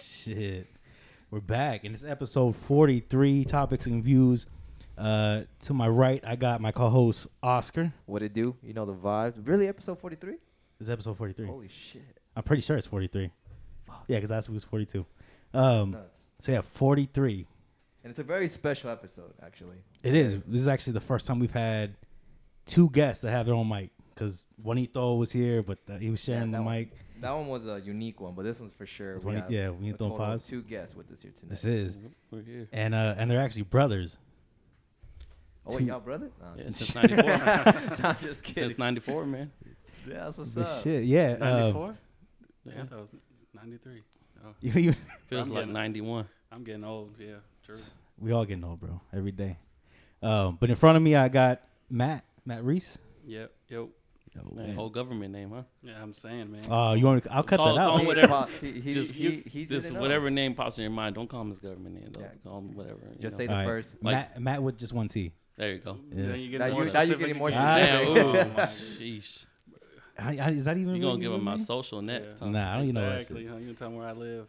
Shit. We're back, and it's episode 43 Topics and Views. Uh, to my right, I got my co host, Oscar. What it do? You know the vibes. Really, episode forty three? This is episode 43. Holy shit! I'm pretty sure it's 43. Oh. Fuck. Yeah, because last week was 42. Um, Nuts. so, yeah, 43. And it's a very special episode, actually. It is. This is actually the first time we've had two guests that have their own mic because Juanito was here, but uh, he was sharing Yeah, the that mic. That one was a unique one, but this one's for sure. This one- yeah, we need a to throw total of pause. Two guests with us here tonight. This is. We're here. And, uh, and they're actually brothers. oh wait, two- y'all brother? Nah, Yeah, I'm just- since 94. Nah, I'm just kidding. since 94, man. yeah, that's what's But up. Shit, Uh, yeah. um, 94? Yeah, I thought it was 93. Oh, you, you, feels I'm like getting- 91. I'm getting old. Yeah, true. we all getting old, bro, every day. Um, but in front of me, I got Matt, Matt Reese. Yep, yep. Oh, Man, whole government name, huh? Yeah, I'm saying, man. Uh, you want? To, I'll cut Call- that out. call He whatever. pop- He, he, just he, you- he just didn't know. whatever name pops in your mind. Don't call him his government name though. Yeah. Call him whatever. you Just know. say the All right. first. Like- Matt, Matt with just one T. There you go. Yeah. Then you get Now more you- now you're specific getting more again. Damn, specific. ooh, Oh, my sheesh. I, I, is that even? You really gonna give him my name? social next Yeah. time? Nah, I don't even know that Exactly. shit. Huh? You can tell me where I live.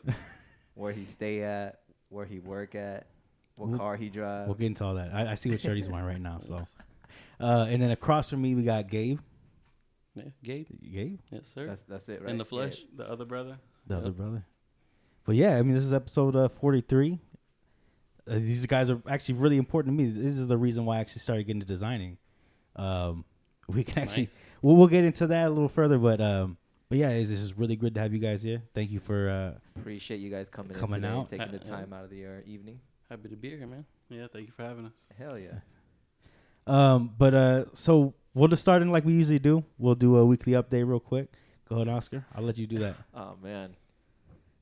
where he stay at, where he work at, what We'll- car he drive. We'll get into all that. I, I see what shirt he's wearing right now. So, uh, and then across from me we got Gabe. Yeah, Gabe. Gabe, Yes, sir. That's that's it, right? In the Yeah. flesh. The other brother. the other Yep. brother. But yeah, I mean, this is episode uh, forty-three. Uh, these guys are actually really important to me. This is the reason why I actually started getting into designing. Um, we can actually Nice. we'll, we'll get into that a little further, but um, but yeah, it's, this is really good to have you guys here. Thank you for uh, Appreciate you guys coming, Coming in today, out. taking the Uh, time out of the uh, evening. Happy to be here, man. Yeah, thank you for having us. Hell yeah. Um, but uh, so we'll just start in like we usually do. We'll do a weekly update real quick. Go ahead, Oscar. I'll let you do that. Oh man.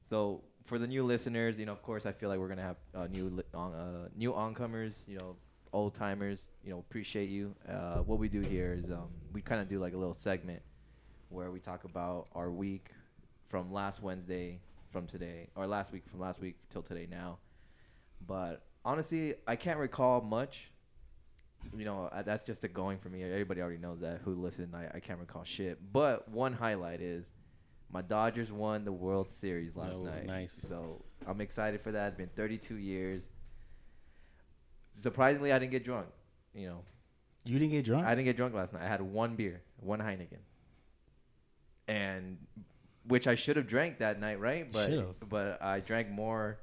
So for the new listeners, you know, of course, I feel like we're gonna have uh, new li- on, uh, new oncomers, you know, old timers. You know, appreciate you. Uh, what we do here is um, we kind of do like a little segment where we talk about our week from last Wednesday from today, or last week from last week till today now. But honestly, I can't recall much. You know, uh, that's just a going for me. Everybody already knows that who listened. I, I can't recall shit. But one highlight is my Dodgers won the World Series last Oh, night. nice. So I'm excited for that. It's been 32 years. Surprisingly, I didn't get drunk. You know, You didn't get drunk. I didn't get drunk last night. I had one beer, one Heineken, and which I should have drank that night, right? But Should've. but I drank more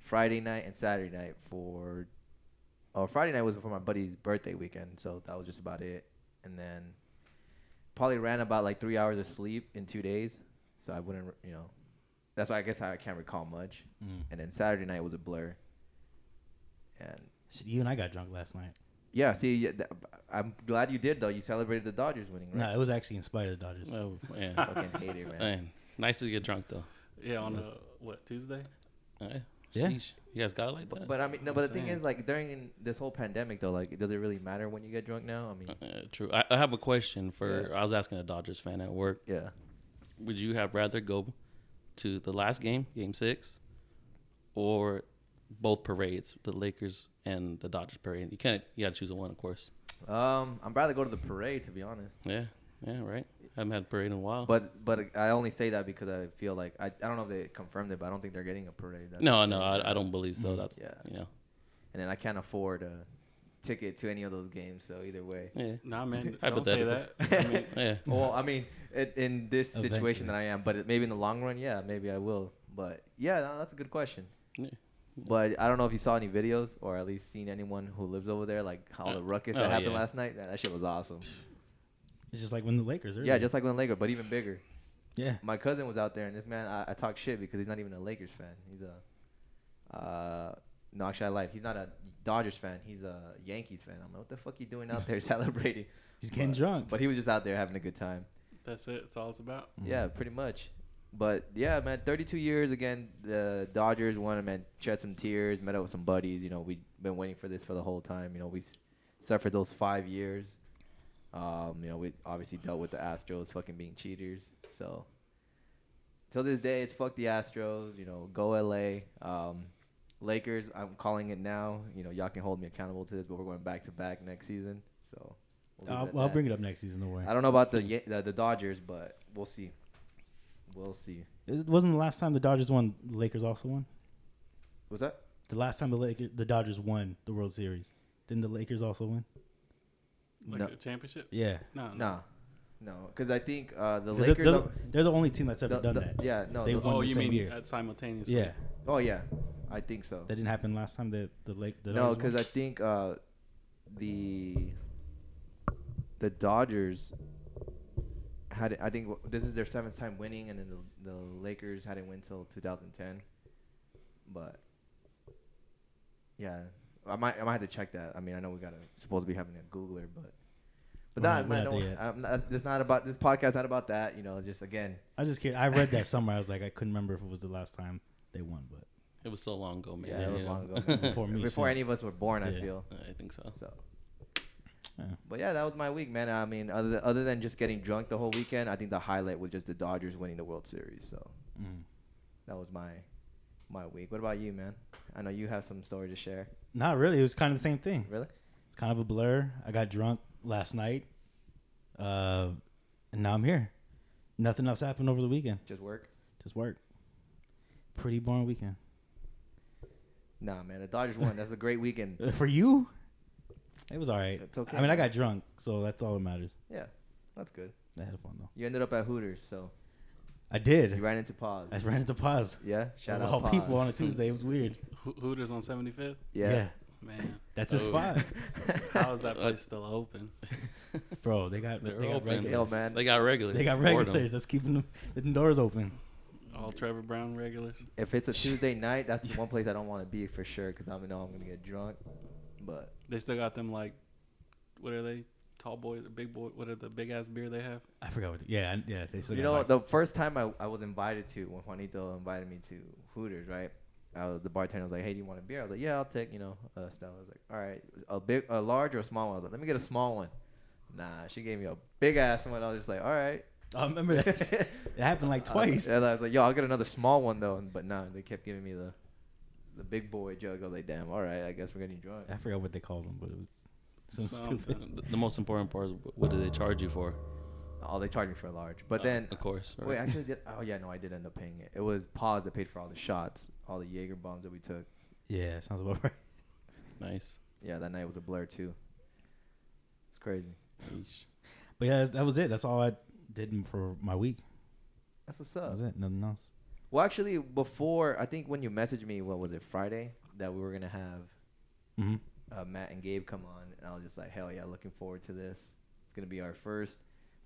Friday night and Saturday night for. Oh, Friday night was for my buddy's birthday weekend, so that was just about it. And then probably ran about like three hours of sleep in two days, so I wouldn't, you know. That's why I guess I can't recall much. Mm. And then Saturday night was a blur. And Shit, you and I got drunk last night. yeah, see, yeah, th- I'm glad you did though. You celebrated the Dodgers winning, No, right? it was actually in spite of the Dodgers. Oh man, I Fucking hate it, man. man. Nice to get drunk though. Yeah, on the what Tuesday? All right. Yeah. Sheesh. You guys got it like But, that. but I mean, no. But the thing Insane. is, like during this whole pandemic, though, like, does it really matter when you get drunk now? I mean, Uh, true. I, I have a question for. I was asking a Dodgers fan at work. yeah. would you have rather go to the last game, game six, or both parades, the Lakers and the Dodgers parade? You can't, you gotta choose one, of course. Um, I'm rather go to the parade to be honest. Yeah, yeah, right. haven't had a parade in a while. But but I only say that because I feel like I, I don't know if they confirmed it, but I don't think they're getting a parade. That's no, the no, thing. I, I don't believe so. That's yeah, Yeah. you know, And then I can't afford a ticket to any of those games, so either way. yeah, Nah, man. don't say that. Hypothetical. I mean, yeah. well, I mean, it, in this Eventually. situation that I am, but it, maybe in the long run, yeah, maybe I will. But yeah, no, that's a good question. Yeah. But I don't know if you saw any videos or at least seen anyone who lives over there, like how the Uh, ruckus oh, that happened yeah. last night. That, that shit was awesome. It's just like when the Lakers. Earlier. Yeah, just like when Laker, but even bigger. yeah. My cousin was out there, and this man, I, I talk shit because he's not even a Lakers fan. He's a, uh, no, actually, I lied. He's not a Dodgers fan. He's a Yankees fan. I'm like, what the fuck you doing out there celebrating? He's getting drunk. But he was just out there having a good time. that's it. That's all it's about. Yeah, pretty much. But yeah, man, 32 years again. The Dodgers won. Man, shed some tears. Met up with some buddies. You know, we've been waiting for this for the whole time. You know, we s- suffered those five years. Um, you know, we obviously dealt with the Astros fucking being cheaters. So till this day, it's fuck the Astros. You know, go LA. Um, Lakers, I'm calling it now. You know, y'all can hold me accountable to this, but we're going back to back next season. So we'll leave Uh, I'll, it at I'll that. bring it up next season. No way. I don't know about the Yan- the, the Dodgers, but we'll see. We'll see. It wasn't the last time the Dodgers won. The Lakers also won. What's that? The last time the Lakers, the Dodgers won the World Series, didn't the Lakers also win? Like No. a championship? Yeah, No, no. Nah, no, because I think uh, the 'Cause they're, Lakers. they're the, are- they're the only team that's ever the- done the- that. Yeah, no. They the- won Oh, the you same mean year. at simultaneously? yeah, oh yeah, I think so. that didn't happen last time. The the Lake the no, Dodgers won? because I think uh, the the Dodgers had it- I think w- this is their seventh time winning, and then the, the Lakers hadn't win till 2010. But yeah, I might I might have to check that. I mean, I know we gotta supposed to be having a Googler, but but We're not- not, we're I not don't- there yet. I'm not, it's not about this podcast. Not about that. You know, it's just again, I just kidding. I read that somewhere. I was like, I couldn't remember if it was the last time they won, but It was so long ago, man. Yeah, it was you long know? ago. before me, before so- any of us were born, I Yeah. feel. I think so. So. Yeah. But yeah, that was my week, man. I mean, other than, other than just getting drunk the whole weekend, I think the highlight was just the Dodgers winning the World Series. So Mm. that was my my week. What about you, man? I know you have some story to share. Not really. It was kind of the same thing. Really? It's kind of a blur. I got drunk last night, uh, and now I'm here. Nothing else happened over the weekend. Just work? Just work. Pretty boring weekend Nah, man. The Dodgers won. That's a great weekend. Uh, for you. It was all right. It's okay, I mean, I man. got drunk, so that's all that matters. Yeah, that's good. I had fun though. You ended up at Hooters, so I did. you ran into pause. I ran into pause. Yeah, shout of out all pause. people on a Tuesday. It was weird. Ho- Hooters on 75th? yeah. Man, that's his Oh. spot, how is that Uh, place still open? bro. They got They're they got, open. regulars. Yo, man. They got regulars. they got Boredom. regulars. That's keeping them, the doors open. All Trevor Brown regulars? If it's a Tuesday night, that's the one place I don't want to be for sure because I know I'm gonna get drunk. But They still got them like, what are they? Tall boy, the big boy. What are the big ass beer they have? I forgot what. Yeah, I- yeah. They still you got know, lights. the first time I, I was invited to when Juanito invited me to Hooters, right? I was, the bartender was like, "Hey, do you want a beer?" I was like, "Yeah, I'll take." You know, uh, Stella was like, "All right, a big, a large or a small one?" I was like, "Let me get a small one." Nah, she gave me a big ass one. I was just like, "All right." I Oh, remember that. shit. it happened Uh, like twice. I, and I was like, "Yo, I'll get another small one though." But nah, they kept giving me the, the big boy jug. I was like, "Damn, all right, I guess we're getting drunk." I forgot what they called them, but it was some stupid. Something. The, the most important part is wh- what do they charge you for? Oh, they charged me for a large, but Uh, then of course. Wait, right? actually, did oh yeah, no, I did end up paying it. It was Paws that paid for all the shots, all the Jaeger bombs that we took. Yeah, sounds about right. nice. Yeah, that night was a blur too. It's crazy. Yeesh. But yeah, that's, that was it. That's all I did for my week. That's what's That up. was it. Nothing else. Well, actually, before I think when you messaged me, what was it Friday that we were gonna have hmm uh, Matt and Gabe come on, and I was just like, hell yeah, looking forward to this. It's gonna be our first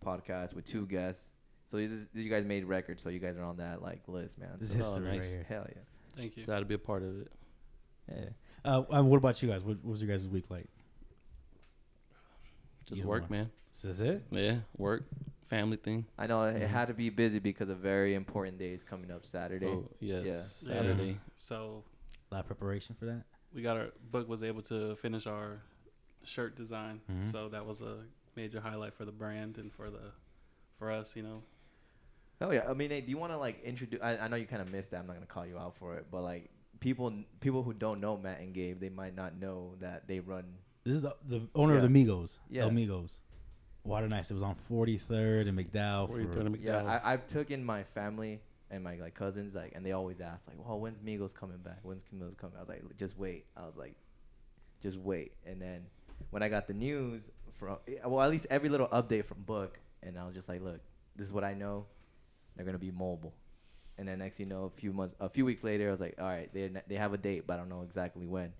podcast with two guests. So you, just, you guys made records, so you guys are on that like list, man. This is So, Oh, history nice. right here. hell yeah. Thank you. Glad to be a part of it. Yeah. Uh, uh, what about you guys? What, what was your guys' week like? Just Either work, one. man. Is this it? Yeah, work, family thing. I know it Mm-hmm. had to be busy because a very important day is coming up Saturday. Oh yes, Yeah. Saturday. So A lot of preparation for that. we got our book was able to finish our shirt design Mhm. so that was a major highlight for the brand and for the for us you know Oh yeah, I mean, hey, do you want to like introduce? I, I know you kind of missed that. I'm not gonna call you out for it, but like people, people who don't know Matt and Gabe, they might not know that they run. This is the, the owner Yeah. of the Migos. Yeah. Yeah. El Migos. Water Nice. It was on 43rd and McDowell. Before you for- turn to Yeah, McDowell. I, I've taken my family and my like cousins, like, and they always ask like, "Well, when's Migos coming back? When's Migos coming?" I was like, "Just wait." I was like, "Just wait." And then when I got the news from, eh, well, at least every little update from Book, and I was just like, "Look, this is what I know. They're gonna be mobile." And then next you know, a few months, a few weeks later, I was like, "All right, they they have a date, but I don't know exactly when."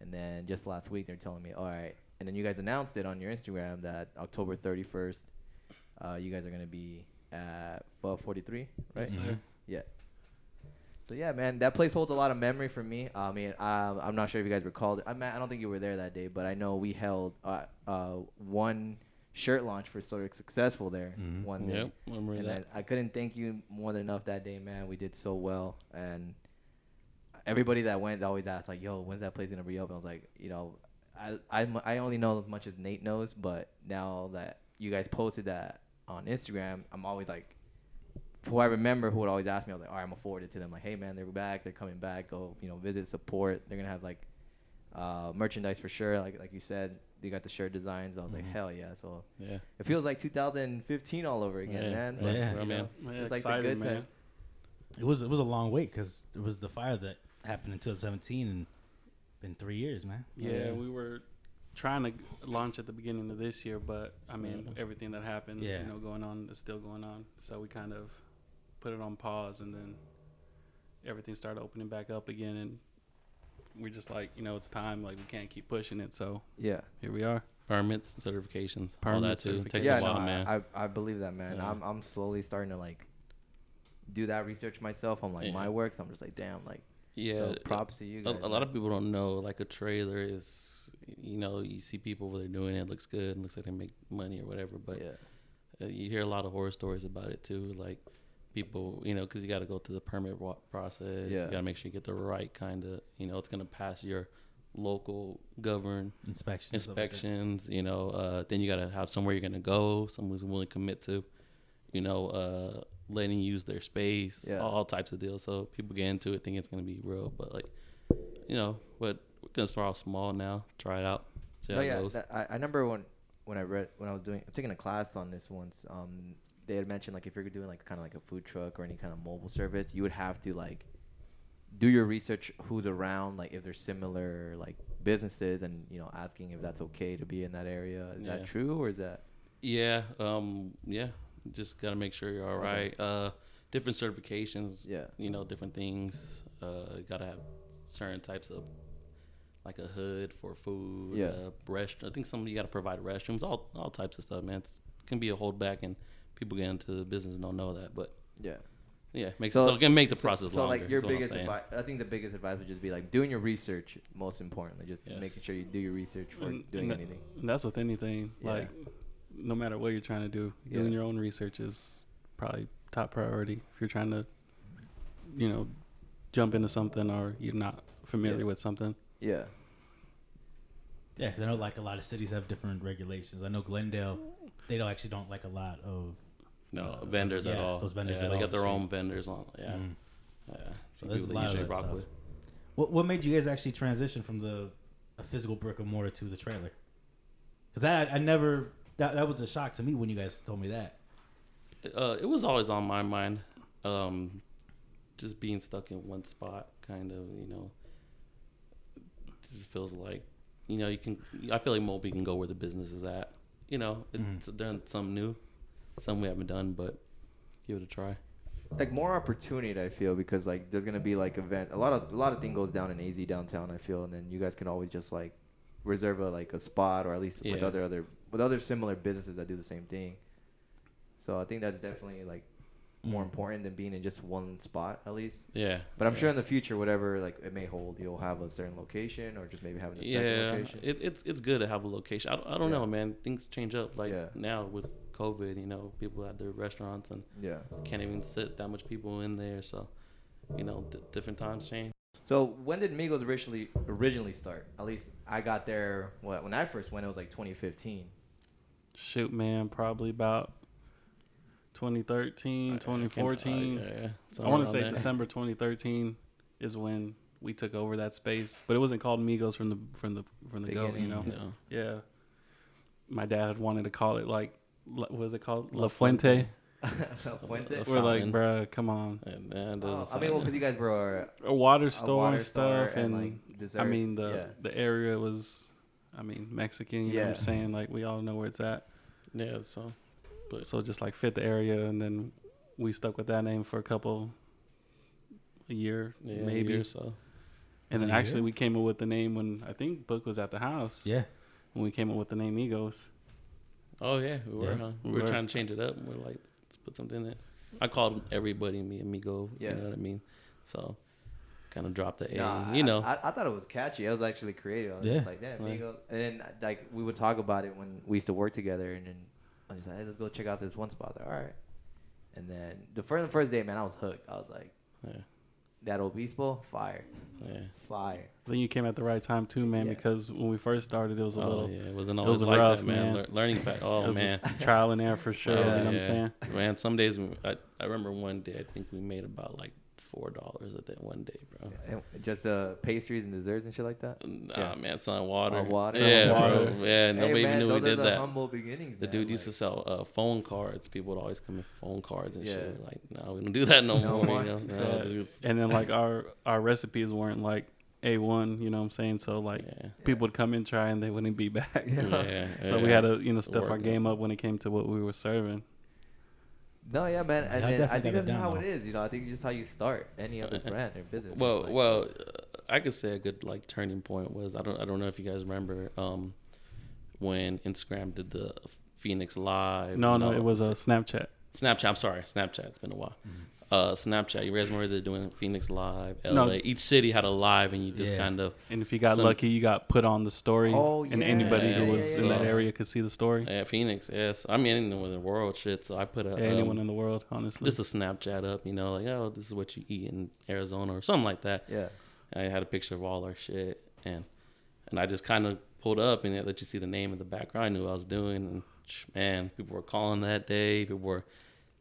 And then just last week, they're telling me, "All right." And then you guys announced it on your Instagram that October 31st, uh, you guys are gonna be at 43, right? So, Mhm. Yeah. So yeah, man, that place holds a lot of memory for me. I mean, um, I'm not sure if you guys recalled. I mean, I don't think you were there that day, but I know we held uh, uh, one shirt launch for sort of successful there Mhm. one day. Yep, remember And that. then I couldn't thank you more than enough that day, man. We did so well, and everybody that went always asked like, "Yo, when's that place gonna reopen?" I was like, you know, I I I only know as much as Nate knows, but now that you guys posted that on Instagram, I'm always like, who I remember who would always ask me, I was like, "All right, I'm gonna forward it to them." Like, "Hey, man, they're back. They're coming back. Go, you know, visit, support. They're gonna have like." Uh, merchandise for sure. Like like you said, you got the shirt designs. I was Mhm. like, hell yeah! So Yeah. it feels like 2015 all over again, Yeah. man. Yeah. you Right, know, man. Man, It's like the excited, good man. time. It was it was a long wait because it was the fire that happened in 2017 and been three years, man. Yeah, Yeah. we were trying to g- launch at the beginning of this year, but I mean, Yeah. everything that happened, Yeah. you know, going on is still going on. So we kind of put it on pause, and then everything started opening back up again, and we're just like, you know, it's time. Like we can't keep pushing it, so Yeah. here we are. Permits, certifications, all that Permits, too. It takes certifications. yeah, a while, no, I- man. I, I believe that, man. Yeah. I'm I'm slowly starting to like do that research myself on like Yeah. my works. I'm just like, damn, like yeah. so it- props to you a, guys. a lot man. of people don't know like a trailer is you know you see people where they're doing it, it looks good and looks like they make money or whatever but yeah, uh, you hear a lot of horror stories about it too like people you know because you got to go through the permit wa- process Yeah. you got to make sure you get the right kind of you know it's going to pass your local govern Inspection. stuff like that. inspections you know uh, then you got to have somewhere you're going to go someone's willing to commit to you know uh, letting you use their space Yeah. all types of deals so people get into it think it's going to be real but like you know but we're going to start off small now try it out see how no, it Oh, yeah. goes that- I, I remember when when I read when I was doing I'm taking a class on this once. Um, they had mentioned like if you're doing like kind of like a food truck or any kind of mobile service, you would have to like do your research who's around like if there's similar like businesses and you know asking if that's okay to be in that area is Yeah. that true or is that yeah um yeah just got to make sure you're all right Okay. uh different certifications yeah you know different things uh you got to have certain types of like a hood for food Yeah. uh, rest i think some you got to provide restrooms all all types of stuff man it's can be a holdback and people get into the business and don't know that but yeah yeah makes So- so, it can make the process so longer like your is what I'm biggest saying. advice i think the biggest advice would just be like doing your research most importantly just Yes. making sure you do your research for And- doing and that- anything And that's with anything. Yeah. Like no matter what you're trying to do, Yeah. doing your own research is probably top priority if you're trying to, you know, jump into something or you're not familiar Yeah. with something. yeah Yeah, 'cause I know like a lot of cities have different regulations. I know Glendale, they don't actually don't like a lot of. no uh, vendors at yeah, all those vendors yeah, at they all got the their own vendors on yeah Mm. yeah So there's a People lot of usually that rock stuff. with- What what made you guys actually transition from the a physical brick and mortar to the trailer? Because that I never that that was a shock to me when you guys told me that. uh, it was always on my mind. Um, just being stuck in one spot, kind of, you know, just feels like, you know, you can. I feel like Moby can go where the business is at. You know, Mhm. it's done something new, something we haven't done, but give it a try. like more opportunity i feel because like there's gonna be like event a lot of a lot of thing goes down in az downtown i feel and then you guys can always just like reserve a like a spot or at least with Yeah. other other with other similar businesses that do the same thing so i think that's definitely like more Mm. important than being in just one spot at least Yeah, But I'm yeah. sure in the future, whatever like it may hold, you'll have a certain location or just maybe having a second yeah, location. it, it's it's good to have a location. I don't, I don't Yeah. know, man. Things change up. Like Yeah. now with COVID, you know, people at their restaurants and yeah. can't even sit that much people in there. So, you know, d- different times change. So when did Migos originally originally start? At least I got there. What when I first went, it was like 2015. Shoot, man, probably about 2013, I- I can't- uh, 2014. yeah, I somewhere want to around say there. December 2013 is when we took over that space, but it wasn't called Migos from the from the from the go, you Beginning, know. No. Yeah. My dad wanted to call it like La- what is it called? La La Fuente. Fuente. La Fuente? Uh, We're like, Fountain. bruh, come on. And Oh, that doesn't I mean, well, because sound- you guys were A water a, store water and stuff, store and, like desserts. I mean the yeah. the area was, I mean Mexican. You know what Yeah. I'm saying? Like we all know where it's at. yeah, so So just like fit the area, and then we stuck with that name for a couple, a year yeah, maybe, maybe so. Is and it then a actually year? we came up with the name when I think Book was at the house. Yeah, When we came up with the name Egos. Oh yeah, we were. Yeah. Huh? We We were were. trying to change it up. and We're like, let's put something in. I called everybody me amigo. Yeah. You know what I mean? So kind of dropped the A. Nah, you I- know. I, I thought it was catchy. I was actually creative. I was Yeah. just like, damn, Yeah. Migos. And then like we would talk about it when we used to work together, and then I was just like, hey, let's go check out this one spot. I was like, all right. And then the first the first day, man, I was hooked. I was like, yeah. that obispo, fire, Yeah. fire. Then you came at the right time too, man, Yeah. because when we first started, it was a oh, little yeah. It wasn't it always was like rough, that, man. man. Lear- learning back. Oh it was man. trial and error for sure. Oh, you know what I'm yeah. saying? Man, some days we- I, I remember one day I think we made about like four dollars at that one day, bro. And just uh, pastries and desserts and shit like that. Nah, Yeah. man, selling water. Oh, water. Yeah, Selling bro. Yeah, nobody man, even knew those we are did the that. Humble beginnings. the man, dude used to like- sell uh, phone cards. People would always come in for phone cards and shit. Yeah. Like, no, we don't do that no, No more. more. You know? No, Yeah. this is- And then like our our recipes weren't like a one, you know what I'm saying? So like yeah, people would come and try and they wouldn't be back. yeah, so we yeah. had to you know step our Work it. game up when it came to what we were serving. No, yeah, man, and I then I definitely think got it that's down, how though. it is. You know, I think just how you start any other Uh, brand or business. well, just like- well, uh, I could say a good like turning point was I don't I don't know if you guys remember um when Instagram did the Phoenix Live. No, and no, all- it was a Snapchat. Snapchat. I'm sorry, Snapchat. It's been a while. Mm-hmm. Uh, Snapchat. You guys remember they're doing Phoenix Live, LA. No. Each city had a live, and you just Yeah. kind of And if you got Some- lucky, you got put on the story, Oh, and yeah, anybody yeah, who was yeah, in that yeah. area could see the story. yeah, Phoenix. Yes, I mean anyone in the world, shit. So I put a Anyone um, in the world, honestly. just a Snapchat up, you know, like oh, this is what you eat in Arizona or something like that. yeah, I had a picture of all our shit, and and I just kind of pulled up and it let you see the name in the background. I knew what I was doing, and sh- man, people were calling that day. People were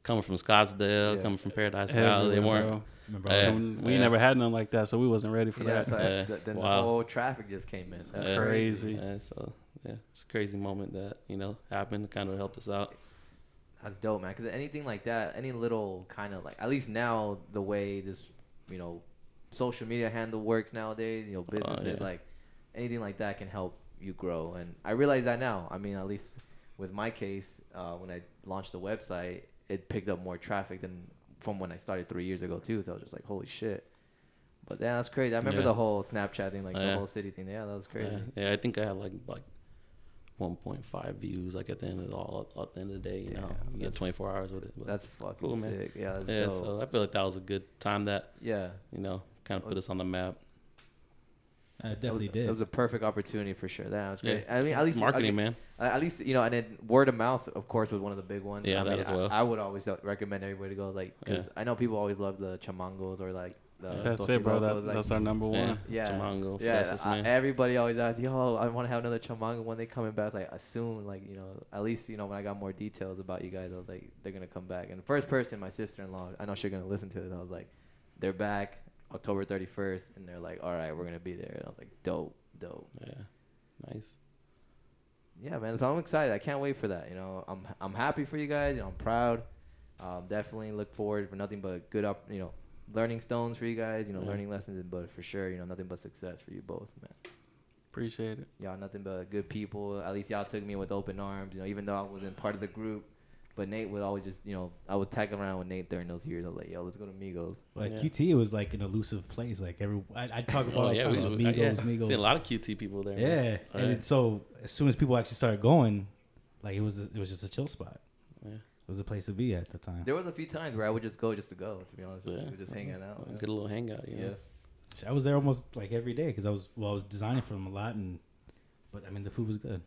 coming from Scottsdale, Yeah. coming from Paradise Everywhere, Valley. They weren't. bro. Remember Yeah. all And we yeah. never had none like that, so we wasn't ready for yeah. that. so Yeah. uh, th- then Wow. the whole traffic just came in. That's Yeah. crazy. Crazy. Yeah, so yeah, it's a crazy moment that you know happened. Kind of helped us out. That's dope, man. Because anything like that, any little kind of like, at least now the way this, you know, social media handle works nowadays, you know, businesses Oh, yeah. like anything like that can help you grow. And I realize that now. I mean, at least with my case, uh, when I launched the website, it picked up more traffic than from when I started three years ago too. So I was just like, holy shit. But yeah, that's crazy. I remember Yeah. the whole Snapchat thing, like the Yeah. whole city thing. Yeah, that was crazy. Yeah, yeah, I think I had like like 1.5 views like at the end of the, all at the end of the day. You know, Damn, you get that's- 24 hours with it. but- That's fucking Cool, man. sick. Yeah, that's yeah, dope. so I feel like that was a good time that yeah. you know kind of put us on the map. I definitely It was did. a perfect opportunity for sure. That was great. Yeah. I mean, at least Marketing, okay, man. uh, At least you know, and then word of mouth, of course, was one of the big ones. Yeah, I that mean, as I- well. I, would always uh, recommend everybody to go like because I know people always love the chamangos or like the That's Dos it, Tirojos, bro. That, like- that's our number Yeah. one. yeah, Chamango, yeah. Fresas, I- man. everybody always asks, "Yo, I want to have another chamango when they coming back." I was like, "As soon, like you know, at least you know when I got more details about you guys, I was like, they're gonna come back." And the first person, my sister-in-law, I know she's gonna listen to this. I was like, "They're back October 31st," and they're like, "All right, we're gonna be there." And I was like, "Dope, dope." Yeah, nice. yeah, man. So I'm excited. I can't wait for that. You know, I'm I'm happy for you guys. You know, I'm proud. Um, definitely look forward for nothing but good up. You know, learning stones for you guys. You know, Yeah. learning lessons, and but for sure, you know, nothing but success for you both, man. Appreciate it. Y'all nothing but good people. At least y'all took me with open arms. You know, even though I wasn't part of the group, but Nate would always just you know I would tag around with Nate during those years. I was like, yo, let's go to Migos. Like Yeah. QT was like an elusive place. Like every I, I talk about Oh, all the yeah, time we, about we- uh, yeah. Migos, Migos. See a lot of QT people there. Yeah, man. Oh, and it, so as soon as people actually started going, like it was it was just a chill spot. Yeah. It was a place to be at the time. There was a few times where I would just go just to go. To be honest, with Yeah. you, just hanging out. Good little hangout. You yeah. know? I was there almost like every day because I was well, I was designing for them a lot, and but I mean the food was good.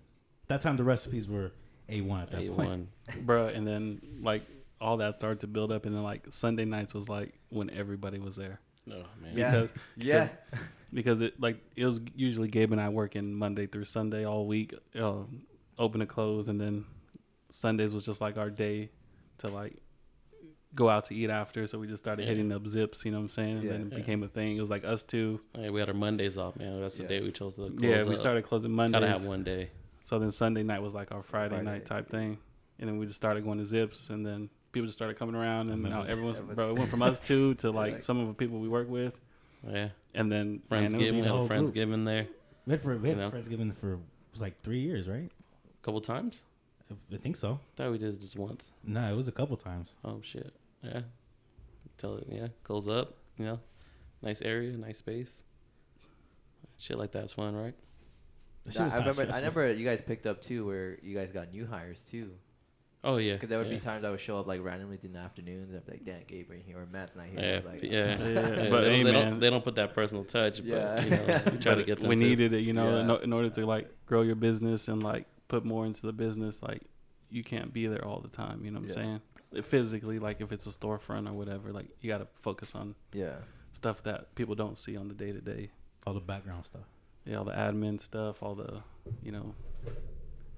That time the recipes were a one at that A point. one. bro. And then like all that started to build up, and then like Sunday nights was like when everybody was there Oh man. Yeah. because yeah. because it like it was usually Gabe and I working Monday through Sunday all week, uh, open to close, and then Sundays was just like our day to like go out to eat after. So we just started Yeah. hitting up zips, you know what I'm saying? And Yeah. then it Yeah. became a thing. It was like us two. Hey, we had our Mondays off, man. That's the Yeah. day we chose to. Close yeah, we up. started closing Gotta Mondays. have one day. So then Sunday night was like our Friday, Friday night night, type thing, and then we just started going to Zips, and then people just started coming around, and now Remember. everyone's Everyone- bro. It went from us two to like Like- some of the people we work with, Yeah, and then man, friends it was, giving. the Had a whole friends group. giving there a We had for we had You know? friendsgiving for it was like three years, right? couple times. I- I think so. Thought we did this just once. No, it was a couple times. Oh shit. Yeah. Tell it. Yeah, goes up. You know, nice area, nice space. Shit like that's fun, right? That shit Nah, was I kinda remember. I stressful. remember you guys picked up too, where you guys got new hires too. Oh yeah. Because there would yeah. be times I would show up like randomly in the afternoons. and I'd be like, "Damn, Gabe ain't here, or Matt's not here." Yeah, I was like, uh, yeah. Yeah, Yeah, but they, hey, don't, they don't- man. they don't put that personal touch. Yeah. But you know, we try to get them. we to- needed it, you know, in, Yeah. o- in order to like grow your business and like put more into the business. Like you can't be there all the time, you know what I'm Yeah. saying? Physically, like if it's a storefront or whatever, like you got to focus on yeah, stuff that people don't see on the day to day. all the background stuff. yeah, all the admin stuff, all the, you know,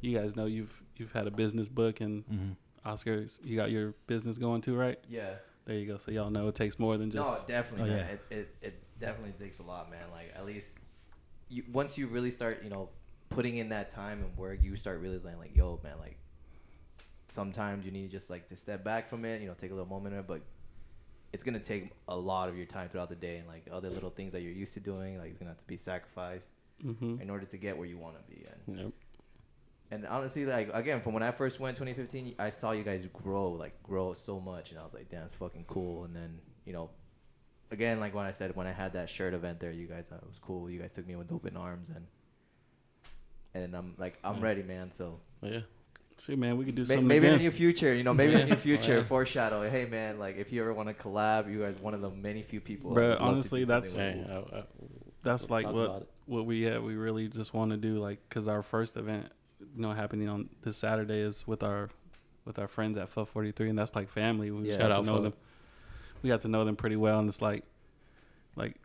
you guys know you've you've had a business book and Mm-hmm. Oscar, you got your business going too, right? yeah. There you go. So y'all know it takes more than just. no, definitely. Oh, man. yeah. It, it it definitely takes a lot, man. Like at least you once you really start, you know, putting in that time and work, you start realizing like, yo, man, like sometimes you need just like to step back from it, you know, take a little moment, of it, but it's gonna take a lot of your time throughout the day and like other little things that you're used to doing, like it's gonna have to be sacrificed hmm in order to get where you want to be. And Yep. and honestly, like again, from when I first went 2015, I saw you guys grow, like grow so much, and I was like, damn, it's fucking cool. And then you know, again, like when I said when I had that shirt event there, you guys, uh, it was cool. You guys took me with open arms, and and I'm like, I'm Yeah. ready, man. So Yeah. Shoot, man, we could Mm. do May- something. maybe in the again. near future, you know, maybe in the Yeah. near future, Yeah. foreshadow. Hey, man, like if you ever want to collab, you guys one of the many few people. Bruh, I'd love to honestly, do that's- something Man, with. I, I, that's we'll like talk what about it. what we yeah we really just want to do like because our first event you know happening on this Saturday is with our with our friends at Fuff Forty Three and that's like family. We Yeah. got Shout to out know Fuff. them. We got to know them pretty well, and it's like like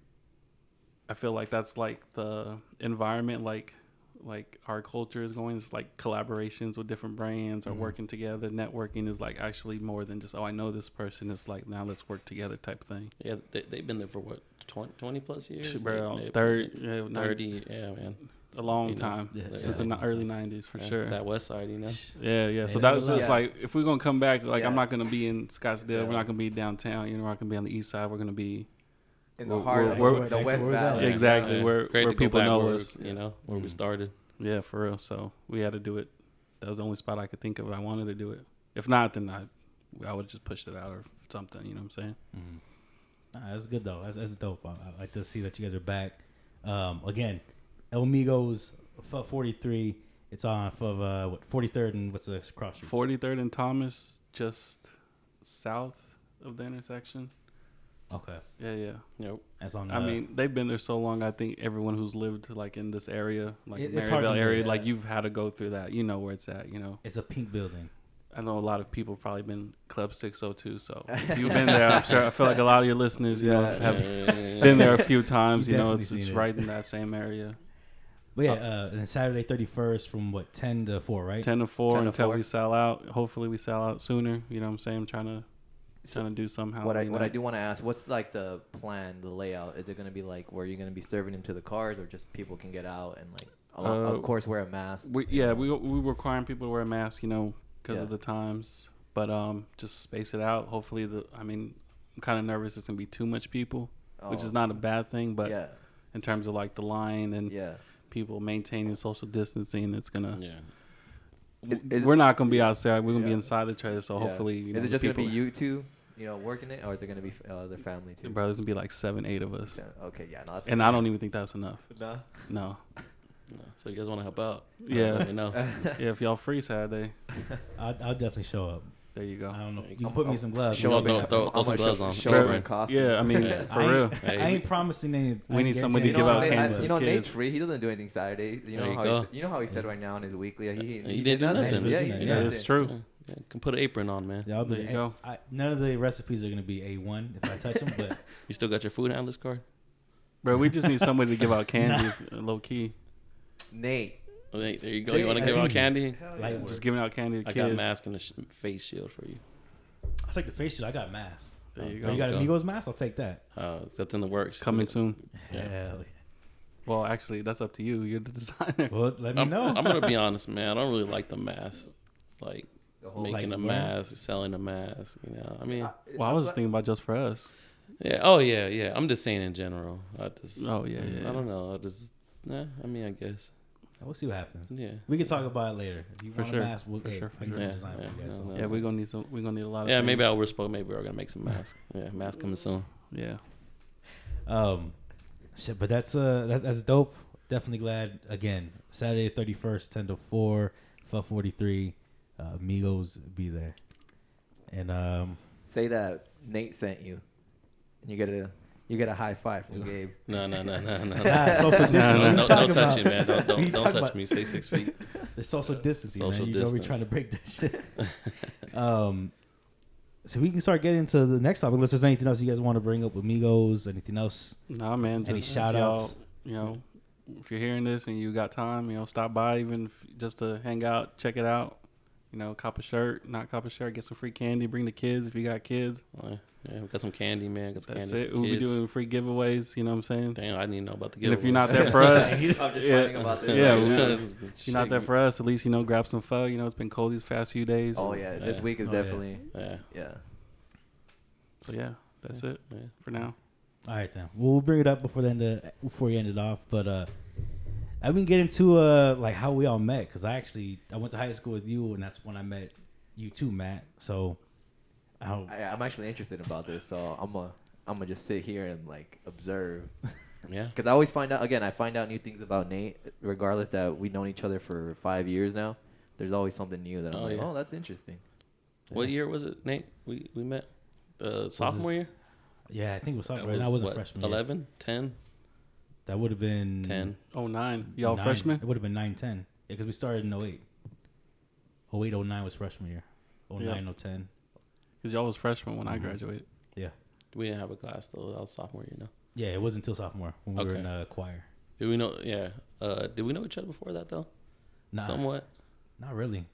I feel like that's like the environment like like our culture is going it's like collaborations with different brands or Mhm. working together networking is like actually more than just oh i know this person it's like now let's work together type thing yeah, they, they've been there for what 20, 20 plus years. Bro, Like, they- third, yeah, nine- thirty. Yeah, man. a long You know, time yeah, since yeah. the early 90s for Yeah, sure It's that West Side, you know. yeah yeah so Yeah. that was just Yeah. like if we're gonna come back like i'm Yeah. not gonna be in scottsdale Yeah. we're not gonna be downtown you know we're not gonna be on the east side we're gonna be in the we're- heart, we're- of we're- the West we're- Valley. Yeah, exactly, where- It's great where to go people back know where us. Mm. we- You know where we Mhm. started. yeah for real so we had to do it that was the only spot i could think of i wanted to do it if not then i i would just push it out or something you know what i'm saying Mm. Nah, that's good though. That's, that's dope. I, I like to see that you guys are back. Um, again, El Migos F forty three. It's on off of uh, what forty third and what's the cross street? 43rd and thomas just south of the intersection Okay, yeah yeah Yep. that's on. I uh, mean, they've been there so long. I think everyone who's lived like in this area, like It- it's hard to Maryvale area, miss. like you've had to go through that. You know where it's at. You know, it's a pink building. I know a lot of people probably been Club 602. So if you've been there, I'm sure. I feel like a lot of your listeners, you know, Yeah. have Yeah. been there a few times. You You know, definitely it's just seen it. right in that same area. But yeah, uh, and then Saturday thirty first from what ten to four, right? 10 to 4 10 to until 4. we sell out. Hopefully, we sell out sooner. You know what I'm saying? I'm trying to trying to do somehow. What I you what know? I do want to ask, what's like the plan, the layout? Is it going to be like where you're going to be serving them to the cars, or just people can get out and like, of- Uh, of course, wear a mask? We, you yeah, know? we we requiring people to wear a mask, you know, because of Yeah. the times. But um, just space it out. Hopefully, the I mean, I'm kind of nervous. It's gonna be too much people, which Oh, is not a bad thing. But yeah, in terms of like the line and yeah. people maintaining social distancing, it's gonna Yeah. Is- is it- we're not gonna be outside. We're gonna be Yeah. inside the trailer. So yeah. hopefully, you know, is it the just going to be people- you two, you know, working it, or is it going to be uh, the family too? Bro, there's gonna be like seven, eight of us, So- Okay, yeah, no, that's and I don't even think that's enough. No? No, No. So you guys want to help out? Yeah. Let me know. yeah, if y'all free Saturday, I'll, I'll definitely show up. there you I go. don't know. Thank You you. put me I'll some gloves. show you up know? in- throw- throw I'ma some gloves show, on. Show Bro, up in costume. Yeah, I mean, Yeah. for I real. Ain't, Hey. I ain't promising anything. We need somebody You to know, give out Nate- candy I- to you know, the Nate's kids. free. He doesn't do anything Saturday. You know There you how he, go. s- you know how he said right now in his weekly. He, he, He didn't do nothing. Yeah, he Yeah, did yeah. That is nothing. true. Yeah. Yeah, Can put an apron on, man. Yeah, I'll be There you hey, go. I, none of the recipes are gonna be a one if I touch them, but You still got your food handlers card? Bro, we just need somebody to give out candy, low key. Nate. Oh, hey, there you go. Hey, You want to that's give out easy. candy? Hell Like, yeah. Just giving out candy to I kids. got a mask and a sh- face shield for you. it's like the face shield. I got masks. There you Oh, you go. got Go. Amigos mask? I'll take that. Uh, that's in the works. Coming soon. Yeah. Hell yeah. Well, actually, that's up to you. You're the designer. Well, let me I'm, know. I'm gonna be honest, man. I don't really like the mask, like The whole- making a wearing- mask, selling a mask. You know, I mean, Well, I was just thinking about just for us. yeah. Oh yeah, yeah. I'm just saying in general. I just, Oh, yeah, I just- yeah, I yeah. don't know. I just, nah. I mean, I guess. we'll see what happens. Yeah. We can talk about it later. If you For want sure. a mask, we'll For hey, sure, I for can sure. design Yeah, for you guys. yeah, so- no. Yeah, we're gonna need some. We're gonna need a lot of. Yeah, maybe I'll things. respond. Maybe we're gonna make some masks. Yeah, mask coming soon. Yeah, Um, shit, but that's uh that's, that's dope. Definitely glad. Again, Saturday thirty first, ten to four, five forty three. Uh, Migos be there, and um, Say that Nate sent you, and you get a you get a high five from Gabe. No, no, no, no, no. Nah, no. social distancing. What are you No, no, talking don't touch me, about? man. What Don't, are you don't, don't talking touch about? me. Stay six feet. the social distancing, Social man. You know we're distance. trying to break that shit. um, so we can start getting into the next topic. Unless there's anything else you guys want to bring up with Migos, anything else? nah, man. Just Any if shout y'all- outs? You know, if you're hearing this and you got time, you know, stop by even if, just to hang out, check it out. You know, cop a shirt, not cop a shirt, get some free candy, bring the kids if you got kids. Well, yeah, we got some candy, man. Got some That's candy. it. for We'll be kids. doing free giveaways, you know what I'm saying? Damn, I didn't even know about the And giveaway. if you're not there for us, I'm if just Yeah. learning about this. Yeah, right we- now. you're not there for us, at least you know, grab some pho. You know, it's been cold these past few days. Oh yeah, this Yeah. week is Oh, yeah. definitely Yeah, yeah. So yeah, that's it yeah. for now. All right, then. Well, we'll bring it up before the end of, before you end it off. But uh, I didn't get into uh like how we all met because I actually I went to high school with you, and that's when I met you too, Matt. So, how I, I'm actually interested about this, so I'm gonna I'm gonna just sit here and like observe Yeah. because I always find out again. I find out new things about Nate, regardless that we've known each other for five years now. There's always something new that I'm Oh, like, yeah. oh, that's interesting. What year was it, Nate? We we met uh, sophomore this- year. yeah, I think it was That sophomore. and I was a what, freshman. year. Mm-hmm. 11, 10, That would have been 10. Oh nine, y'all nine. freshmen? It would have been nine ten. Yeah, because we started in 08. 08, 09 was freshman year. 09, 010. Because y'all was freshmen when I Mhm. graduated. We didn't have a class though. That was sophomore year. No. Yeah, it wasn't until sophomore when we were Okay. in uh, choir. Did we know? Yeah. Uh, did we know each other before that though? Nah, Somewhat. not really.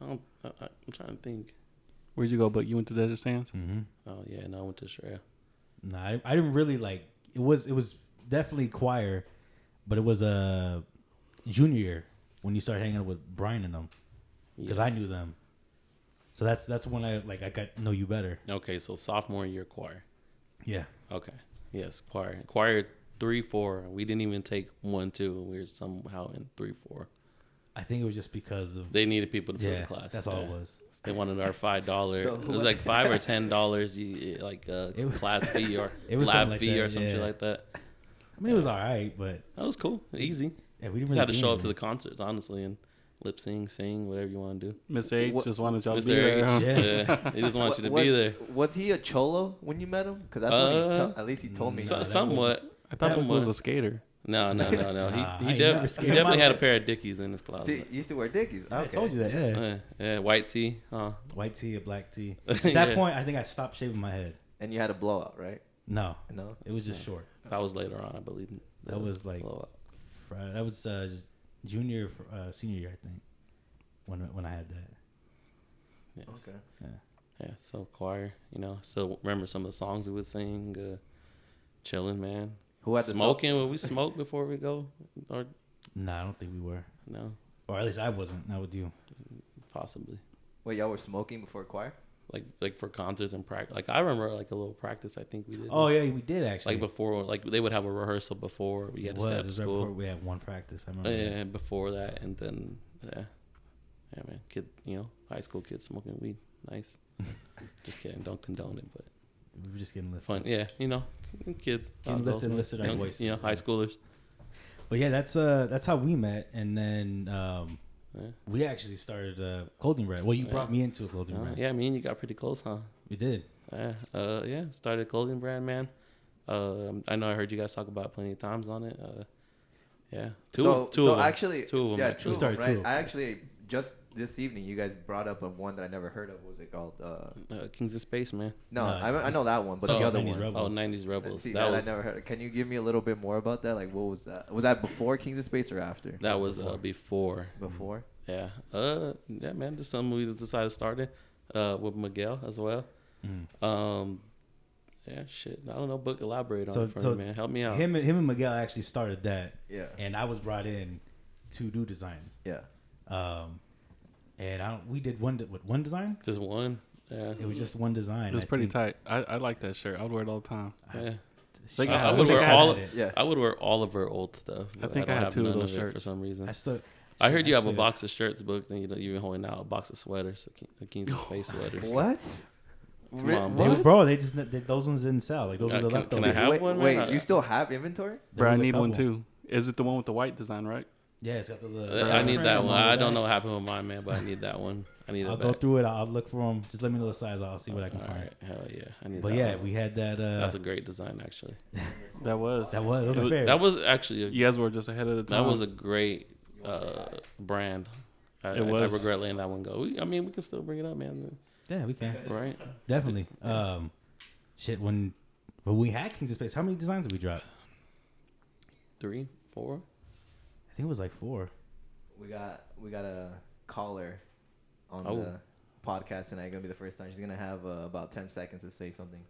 I don't, I, I- I'm trying to think. Where'd you go? But you went to Desert Sands. Mm-hmm. Oh yeah, no, I went to Shreya. No, I, I didn't really like. It was it was definitely choir, but it was uh, junior year when you started hanging out with Brian and them because I Yes. knew them. So that's that's when I like I got to know you better. Okay, so sophomore year choir. Yeah, Okay. Yes, choir. Choir three, four. We didn't even take one, two. We were somehow in three, four. I think it was just because of They needed people to fill yeah. the class. That's all Yeah. it was. They wanted our five dollar. So it who was went- like five or ten dollars, you like uh, It was- class fee or It was lab something like fee that, or something yeah. like that. I mean, it was all right, but That was cool, easy. yeah, we didn't Just really had to do show up to the anything. concerts, honestly, and lip sync, sing, whatever you want to do. Miss H What- just wanted y'all to Mr. be there. H, huh? Yeah. yeah, they just want you to Wa- be was- there. Was he a cholo when you met him? Because that's what he's Uh, tell at least he told me. Nah, So, that somewhat. I thought Book Somewhat. was a skater. No, no, no, no. He, Nah, I he, ain't def- never he scared in definitely my had a life. pair of Dickies in his See, you closet. used to wear dickies. I told you that. Yeah, Yeah, yeah, white tee, huh? white tea, a black tea. At that Yeah. point, I think I stopped shaving my head. And you had a blowout, right? No, No. it was just short. That was later on, I believe. That was like blowout. Fri- That was uh, just junior, fr- uh, senior year, I think, when when I had that. Yes. Okay. Yeah, so choir, you know. So remember some of the songs we would sing, uh, chilling, man. Who had the song? Smoking? Would we smoke before we go? Or No, I don't think we were, no, or at least I wasn't. Not with you. possibly Wait, y'all were smoking before choir? like like for concerts and practice. Like I remember like a little practice. I think we did. Oh yeah, we did actually. like before, like they would have a rehearsal before we had it to was, stay it up to was right school. before we had one practice. I remember. yeah, that. yeah, Uh, before that, and then yeah, yeah, man, kid, you know, high school kids smoking weed, nice. Just kidding, don't condone it, but We were just getting lifted. fun. Yeah, you know, kids Getting lifted, adults, lifted our young- voices, You know, high yeah. schoolers. But yeah, that's uh that's how we met, and then um Yeah. we actually started a clothing brand. Well, you Yeah. brought me into a clothing Uh, brand. yeah, me and you got pretty close, huh? We did. Yeah, uh, yeah. Started a clothing brand, man. Um, I know I heard you guys talk about it plenty of times on it. Uh, yeah, two, so, of, two so of 'em. actually, Two of 'em, yeah, actually. two We of 'em, started two right? of 'em. I actually just this evening you guys brought up a one that I never heard of. What was it called? Uh, uh, Kings of Space, man. no, No, I, I know it's- that one, but so- the other 90s one. Rebels. Oh, 90s Rebels. See, that that was I never heard. Can you give me a little bit more about that? Like, what was that? Was that before Kings of Space or after? that was uh, before. Before. Yeah, uh, yeah, man. Just something we just decided to start it uh, with Miguel as well. Mhm. Um, yeah, shit. I don't know. Book elaborate on So- it for so me, man. Help me out. Him and him and Miguel actually started that, Yeah. and I was brought in to do designs. Yeah. Um, and I don't, we did one de- what, one design. Just one. Yeah. It was just one design. It was I pretty think. tight. I, I like that shirt. I would wear it all the time. yeah. Shit, I- I wish would wear had all it. Yeah. I would wear all of her old stuff. but think I don't had two of none those it for shirts. some reason. I still. I shit, heard you have a still- box of shirts booked, and you know, you've been holding out a box of sweaters, a King- a Kings of Space sweaters. What? Come Re- on, They were- what? bro, they just they, those ones didn't sell. Like those Uh, were the can- can leftovers. I have wait, one, man? wait, I- you still have inventory? There Bro, I was a need one couple. too. Is it the one with the white design, right? Yeah, it's got the. Uh, the I the need print that on one. all I of don't that. know what happened with mine, man, but I need that one. I need I'll it go back. through it. I'll look for them. Just let me know the size. I'll see what I can All find. right, hell yeah, I need. But that yeah, one. we had that. Uh, that's a great design actually. That was. that was those It were was- fair. That was actually a, You guys were just ahead of the that time. was a great uh, brand. I, It I- was. I regret letting that one go. We, I mean, we can still bring it up, man. yeah, we can Right? definitely. Um, shit, when when we had Kings of Space, how many designs did we drop? Three, four. I think it was like four. We got we got a caller on Oh. the podcast tonight. Gonna be the first time she's gonna have uh, about ten seconds to say something.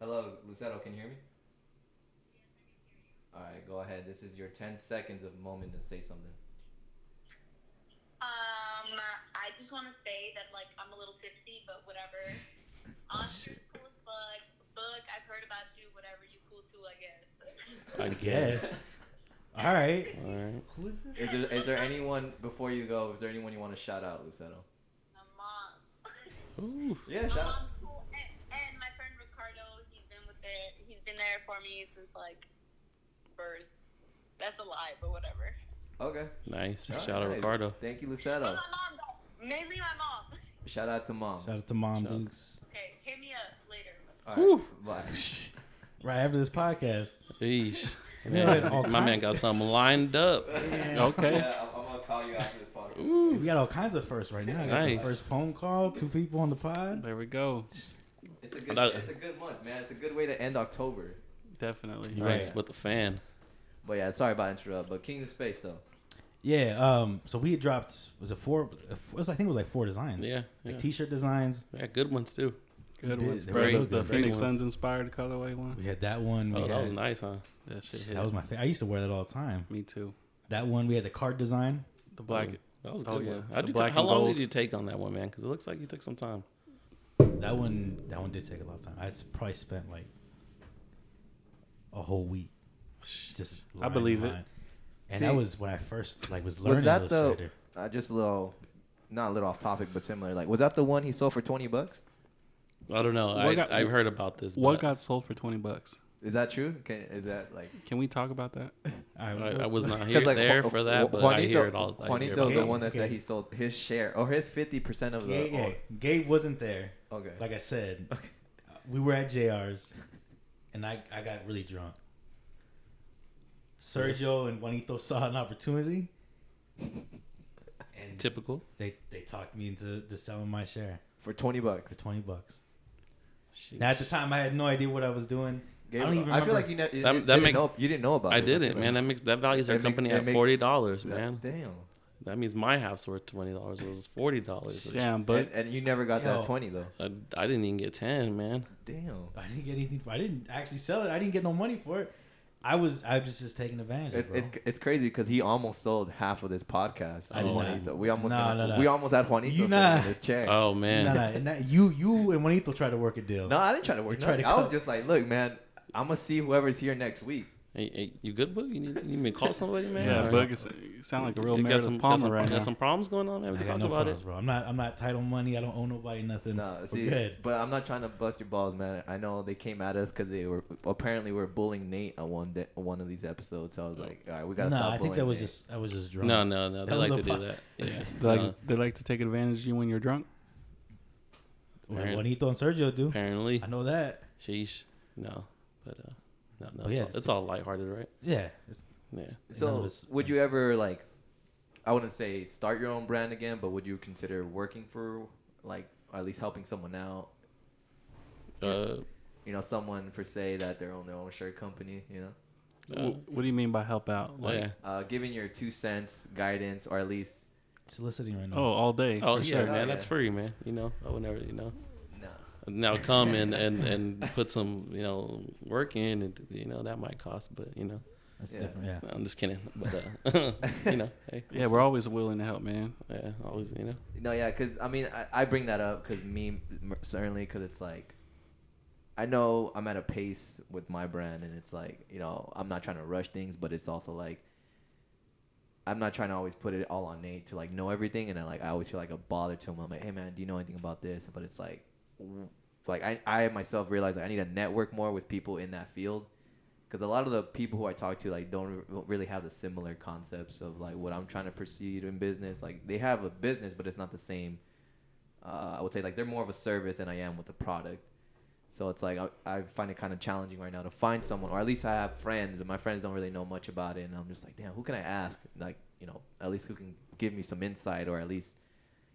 Hello, Lucero. Can you hear me? All right, go ahead. This is your ten seconds of moment to say something. Um, I just want to say that like I'm a little tipsy, but whatever. Oh, Um, shit. you're cool as fuck. Book, I've heard about you. Whatever, you cool too, I guess. I guess. guess. All right. All right. Who is this? Is there is there anyone before you go? Is there anyone you want to shout out, Lucero? My mom. Ooh. Yeah, My shout. out. mom's cool, and, and my friend Ricardo. He's been with there. He's been there for me since like birth. That's a lie, but whatever. Okay. Nice. All Shout out right. Ricardo. Thank you, Lucero. But my mom, though. mainly my mom. Shout out to mom. Shout out to Mom Shout out. Dukes. Okay, hit me up later. All Woo. right. Bye. Right after this podcast. Eesh. We Man, had all my man kind- got something lined up. Oh, Okay. Yeah, I'm, I'm gonna call you after this podcast. We Ooh. got all kinds of firsts right now. I got the Nice. first phone call, two people on the pod. There we go. It's a good. But I- it's a good month, man. It's a good way to end October. Definitely. Right. Nice with the fan. But yeah, sorry about interrupt. But King of Space though. Yeah. Um. So we had dropped was it four? It was I think it was like four designs. Yeah. Like Yeah. T-shirt designs. Yeah, good ones too. Good They ones, did. bro. They The, look good. They Phoenix was- Suns inspired colorway one. We had that one. We Oh, that had- was nice, huh? That shit hit. That was my favorite. I used to wear that all the time. me too. That one we had the card design. The black. That was a good. Oh, yeah. one. How'd The you- black how and long gold. did you take on that one, man? Because it looks like you took some time. That one. That one did take a lot of time. I s- probably spent like a whole week. Just I line to believe it. line. And See- that was when I first like was learning was that the? Illustrator. Uh, just a little, not a little off topic, but similar. Like, was that the one he sold for twenty bucks? I don't know. What I, got- I've heard about this. What but got sold for twenty bucks? Is that true? Can, is that like? Can we talk about that? I, I, I was not 'cause, here like, there Ju- for that, but I hear it all. I hear Juanito's about the it. one that said Okay. he sold his share or his fifty percent of the. Gabe, uh, yeah, Gabe wasn't there. oh, okay. Like I said, Okay. we were at JR's, and I, I got really drunk. Sergio and Juanito saw an opportunity, it. and typical. they they talked me into to selling my share for twenty bucks. for twenty bucks. Now at the time, I had no idea what I was doing. Gabe, I don't even. I remember- feel like you, ne- you That- didn't- that didn't make- know, you didn't know about. I it. didn't, man. That makes that values It our make- company it at make- forty dollars, That- man. Damn. That means my half's worth twenty dollars. It was forty dollars. Damn, But but and, and you never got Yo. that twenty though. I, I didn't even get ten, man. Damn. I didn't get anything. For, I didn't actually sell it. I didn't get no money for it. I was I was just taking advantage. It's, of it, it's, it's crazy because he almost sold half of this podcast. I to did not. Juanito. We almost No, had, no, no. we almost had Juanito You sitting not. in his chair. Oh man. No, no, and that, you you and Juanito tried to work a deal. no, I didn't try to You work. tried nothing. to I was cut- just like, look, man, I'm gonna see whoever's here next week. Hey, hey, you good, Boog? You need you need me to call somebody, man? yeah, Or- Bug is, you sound like a real You Meredith Palmer got some, right got now. some problems going on, man. We I talked got no about problems, bro. I'm not I'm not titled money. I don't owe nobody nothing. No, We're see, good. but I'm not trying to bust your balls, man. I know they came at us because they were apparently were bullying Nate on one day, on one of these episodes. So I was like, all right, we gotta no, stop. I think bullying that was Nate. just I was just it. drunk. No, no, no. That They was like a to do po- that. Yeah. they, like, Uh, they like to take advantage of you when you're drunk. Well, Juanito and Sergio do. apparently, I know that. sheesh. No, but uh, no, no. But it's, yeah, all, it's- it's all lighthearted, right? Yeah. It's, Yeah. none of So us- would you ever like? I wouldn't say start your own brand again, but would you consider working for like or at least helping someone out? Uh, you know, someone for say that they're on their own shirt company, you know, uh, Wh- what do you mean by help out? Like, yeah. uh, giving your two cents, guidance, or at least soliciting right now? oh, all day. Oh for yeah, sure. man. Oh, That's yeah. free, man. You know, I would never, you know. no. Now come and, and, and put some, you know, work in, and you know that might cost, but you know, that's yeah. different. Yeah. no, I'm just kidding. But uh, you know, hey, Yeah, we're always willing to help, man. yeah, always, you know, No, yeah, because I mean, I, I bring that up because me m- certainly because it's like, I know I'm at a pace with my brand, and it's like, you know, I'm not trying to rush things, but it's also like, I'm not trying to always put it all on Nate to like know everything, and I like I always feel like a bother to him. I'm like, hey man, do you know anything about this? But it's like, w- like I I myself realize that I need to network more with people in that field. Because a lot of the people who I talk to like don't re- really have the similar concepts of like what I'm trying to proceed in business. Like they have a business, but it's not the same. Uh, I would say like they're more of a service than I am with a product. So it's like I, I find it kind of challenging right now to find someone, or at least I have friends, but my friends don't really know much about it, and I'm just like, damn, who can I ask? Like you know, at least who can give me some insight, or at least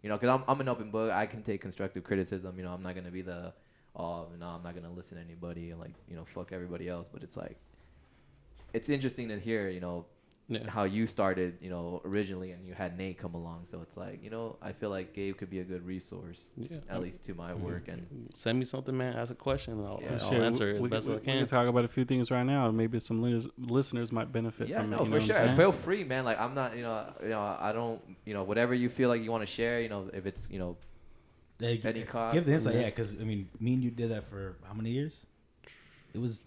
you know, because I'm I'm an open book. I can take constructive criticism. You know, I'm not gonna be the oh no, I'm not gonna listen to anybody and like you know fuck everybody else. But it's like it's interesting to hear you know Yeah. how you started, you know, originally, and you had Nate come along. So it's like, you know, I feel like Gabe could be a good resource, Yeah. at least to Mm-hmm. my work. And Send me something, man. Ask a question. and I'll, Yeah. I'll Oh, Shit, answer it as we, best we, as I We can. can talk about a few things right now. Maybe some listeners, listeners might benefit yeah, from no, it. you for know what I'm sure. saying? Feel free, man. Like I'm not, you know, you know, I don't, you know, whatever you feel like you want to share, you know, if it's, you know, Hey, Any give- cost, Give the insight, yeah. yeah, because I mean, me and you did that for how many years? It was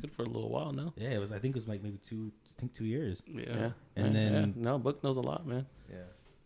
Good for a little while now. yeah, it was. I think it was like maybe two, I think two years. Yeah. Yeah. And Yeah, yeah. then- no, Book knows a lot, man. yeah.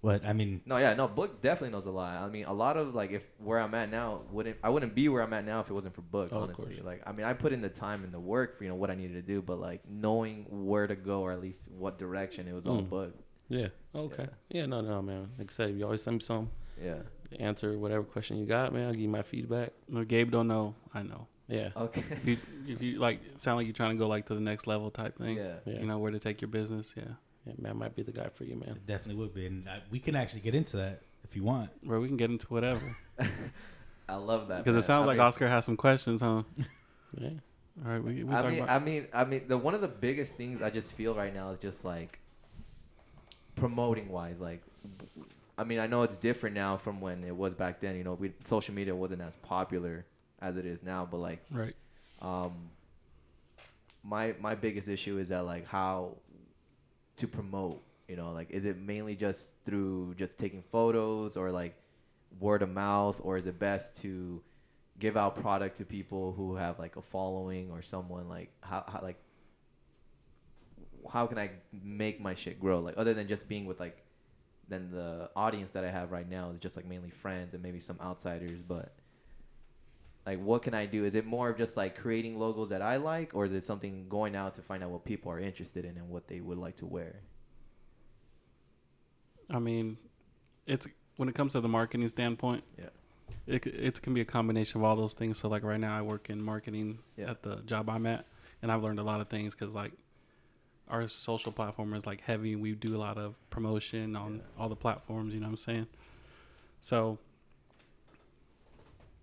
But I mean, No, yeah, no. Book definitely knows a lot. I mean, a lot of like if where I'm at now wouldn't I wouldn't be where I'm at now if it wasn't for Book. Oh, of honestly, course. like I mean, I put in the time and the work for you know what I needed to do, but like knowing where to go or at least what direction, it was all Mm. Book. Yeah. Okay. Yeah. no, no, man. Like I said, you always send me some Yeah. answer whatever question you got, man. I'll give you my feedback. No, Gabe don't know. I know. Yeah. Okay. If you, if you like, sound like you're trying to go like to the next level type thing. yeah. Yeah. You know where to take your business. Yeah. yeah, man, might be the guy for you, man. it definitely would be, and I, we can actually get into that if you want. Where we can get into whatever. I love that Because it man. sounds I like mean- Oscar has some questions, huh? All Yeah. right. We, we I talk mean, about. I mean, I mean, the one of the biggest things I just feel right now is just like promoting wise. Like, I mean, I know it's different now from when it was back then. You know, we social media wasn't as popular as it is now, but like, right. um, my my biggest issue is that like how to promote. You know, like, is it mainly just through just taking photos or like word of mouth, or is it best to give out product to people who have like a following or someone like how, how like how can I make my shit grow? Like other than just being with like then the audience that I have right now is just like mainly friends and maybe some outsiders, but like what can I do? Is it more of just like creating logos that I like or is it something going out to find out what people are interested in and what they would like to wear? I mean, it's when it comes to the marketing standpoint. Yeah. It c- it can be a combination of all those things. So like right now, I work in marketing Yeah. at the job I'm at, and I've learned a lot of things because like our social platform is like heavy. We do a lot of promotion on all the platforms. You know what I'm saying? So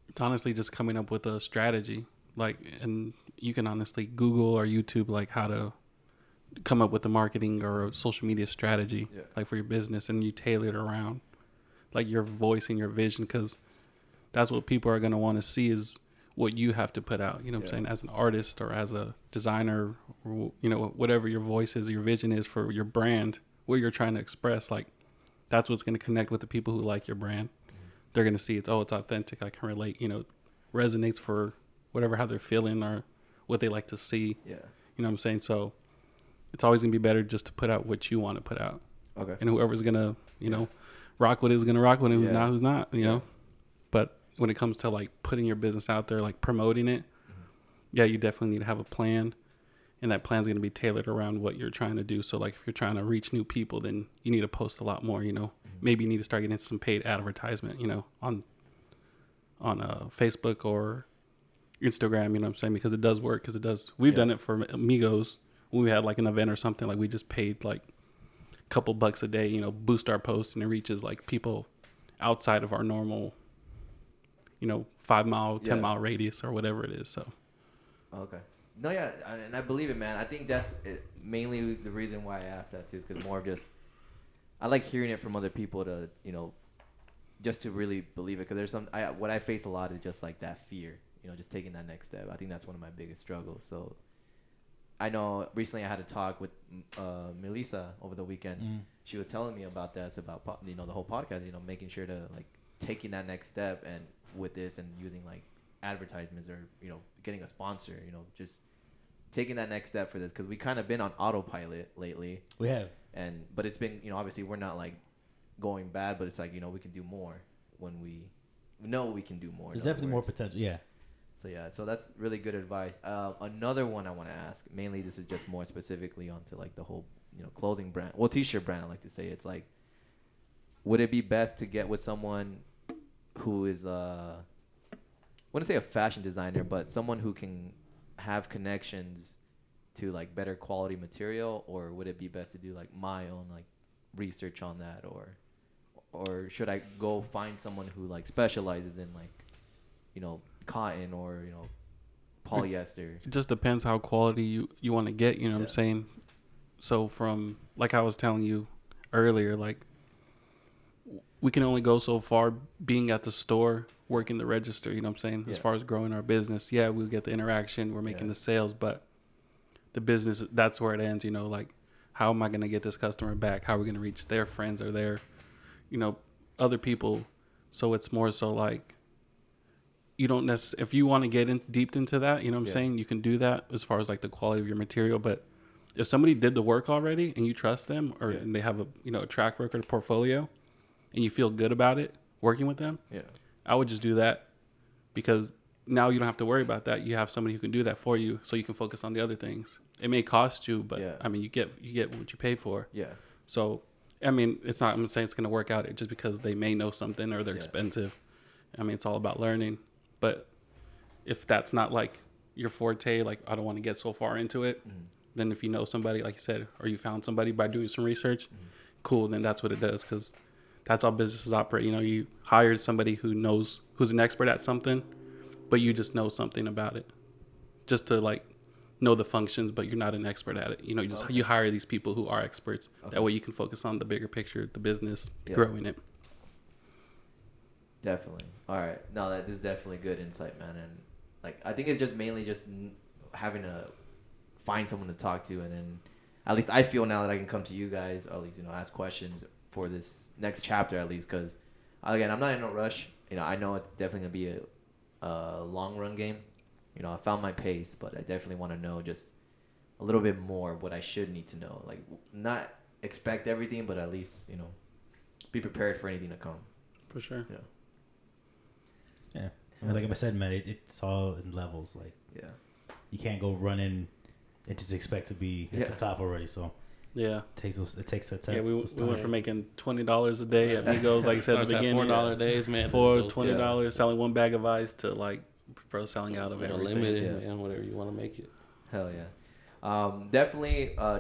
it's honestly just coming up with a strategy. Like, and you can honestly Google or YouTube like how to come up with a marketing or a social media strategy Yeah. like for your business, and you tailor it around like your voice and your vision because that's what people are gonna want to see is what you have to put out. You know what Yeah. I'm saying? As an artist or as a designer, or, you know whatever your voice is, your vision is for your brand, what you're trying to express. Like that's what's gonna connect with the people who like your brand. They're gonna see it's oh it's authentic. I can relate. You know, resonates for whatever how they're feeling or what they like to see. Yeah. You know what I'm saying? So it's always gonna be better just to put out what you want to put out Okay. and whoever's gonna you know rock with it is gonna rock with it who's Yeah. not who's not you Yeah. know but when it comes to like putting your business out there like promoting it Mm-hmm. yeah you definitely need to have a plan and that plan's gonna be tailored around what you're trying to do so like if you're trying to reach new people then you need to post a lot more you know Mm-hmm. maybe you need to start getting some paid advertisement you know on on uh, facebook or instagram you know what i'm saying because it does work because it does we've Yeah. done it for amigos when we had like an event or something like we just paid like couple bucks a day, you know, boost our post and it reaches like people outside of our normal, you know, five mile, ten Yeah. mile radius or whatever it is. So Oh, Okay. No, yeah, and and I believe it, man. I think that's it, mainly the reason why I asked that too, is because more of just I like hearing it from other people to you know, just to really believe it. Because there's some I what I face a lot is just like that fear, you know, just taking that next step. I think that's one of my biggest struggles. So I know recently I had a talk with uh, Melissa over the weekend. Mm. She was telling me about this about po- you know the whole podcast, you know, making sure to like taking that next step and with this and using like advertisements or you know getting a sponsor, you know, just taking that next step for this because we kind of been on autopilot lately, We have and but it's been you know obviously we're not like going bad, but it's like you know we can do more when we know we can do more. in there's other definitely more words. potential. Yeah, So yeah, so that's really good advice. Uh, another one I want to ask. Mainly, this is just more specifically onto like the whole you know clothing brand, well t-shirt brand. I like to say it's like, would it be best to get with someone who is uh, I wouldn't say a fashion designer, but someone who can have connections to like better quality material, or would it be best to do like my own like research on that, or or should I go find someone who like specializes in like you know, cotton or, you know, polyester. it just depends how quality you, you want to get, you know what Yeah. I'm saying? So from like I was telling you earlier, like we can only go so far being at the store, working the register, you know what I'm saying? As Yeah. far as growing our business, yeah, we'll get the interaction, we're making Yeah. the sales, but the business that's where it ends, you know, like how am I gonna get this customer back? How are we gonna reach their friends or their you know, other people. So it's more so like you don't necessarily if you want to get in deep into that, you know what I'm Yeah. saying? You can do that as far as like the quality of your material, but if somebody did the work already and you trust them or Yeah. and they have a you know a track record, a portfolio, and you feel good about it working with them, Yeah. I would just do that because now you don't have to worry about that. You have somebody who can do that for you, so you can focus on the other things. It may cost you, but Yeah. I mean, you get you get what you pay for. Yeah. So, I mean, it's not. I'm not saying it's going to work out just because they may know something or they're Yeah. expensive. I mean, it's all about learning. But if that's not like your forte, like I don't want to get so far into it, then if you know somebody, like you said, or you found somebody by doing some research, cool. Then that's what it does because that's how businesses operate. You know, you hire somebody who knows who's an expert at something, but you just know something about it, just to like know the functions, but you're not an expert at it. You know, you just you hire these people who are experts. Okay. That way, you can focus on the bigger picture, the business, Yeah. growing it. Definitely. All right. No, that is definitely good insight, man. And like, I think it's just mainly just n- having to find someone to talk to, and then at least I feel now that I can come to you guys, or at least you know, ask questions for this next chapter, at least because again, I'm not in a rush. You know, I know it's definitely gonna be a, a long run game. You know, I found my pace, but I definitely want to know just a little bit more what I should need to know. Like, w- not expect everything, but at least you know, be prepared for anything to come. For sure. Yeah. Yeah. I mean, like I said, man, it, it's all in levels. Like Yeah. you can't go running and just expect to be at Yeah. the top already. So Yeah. it takes those- it takes a yeah. We, those we went time. from making twenty dollars a day at Migos, like I said at Starts the at beginning, four dollar days, man. for Goes to twenty dollars, selling one bag of ice to like bro selling out of everything. unlimited, yeah. man. Whatever you want to make it. Hell yeah. Um, definitely uh,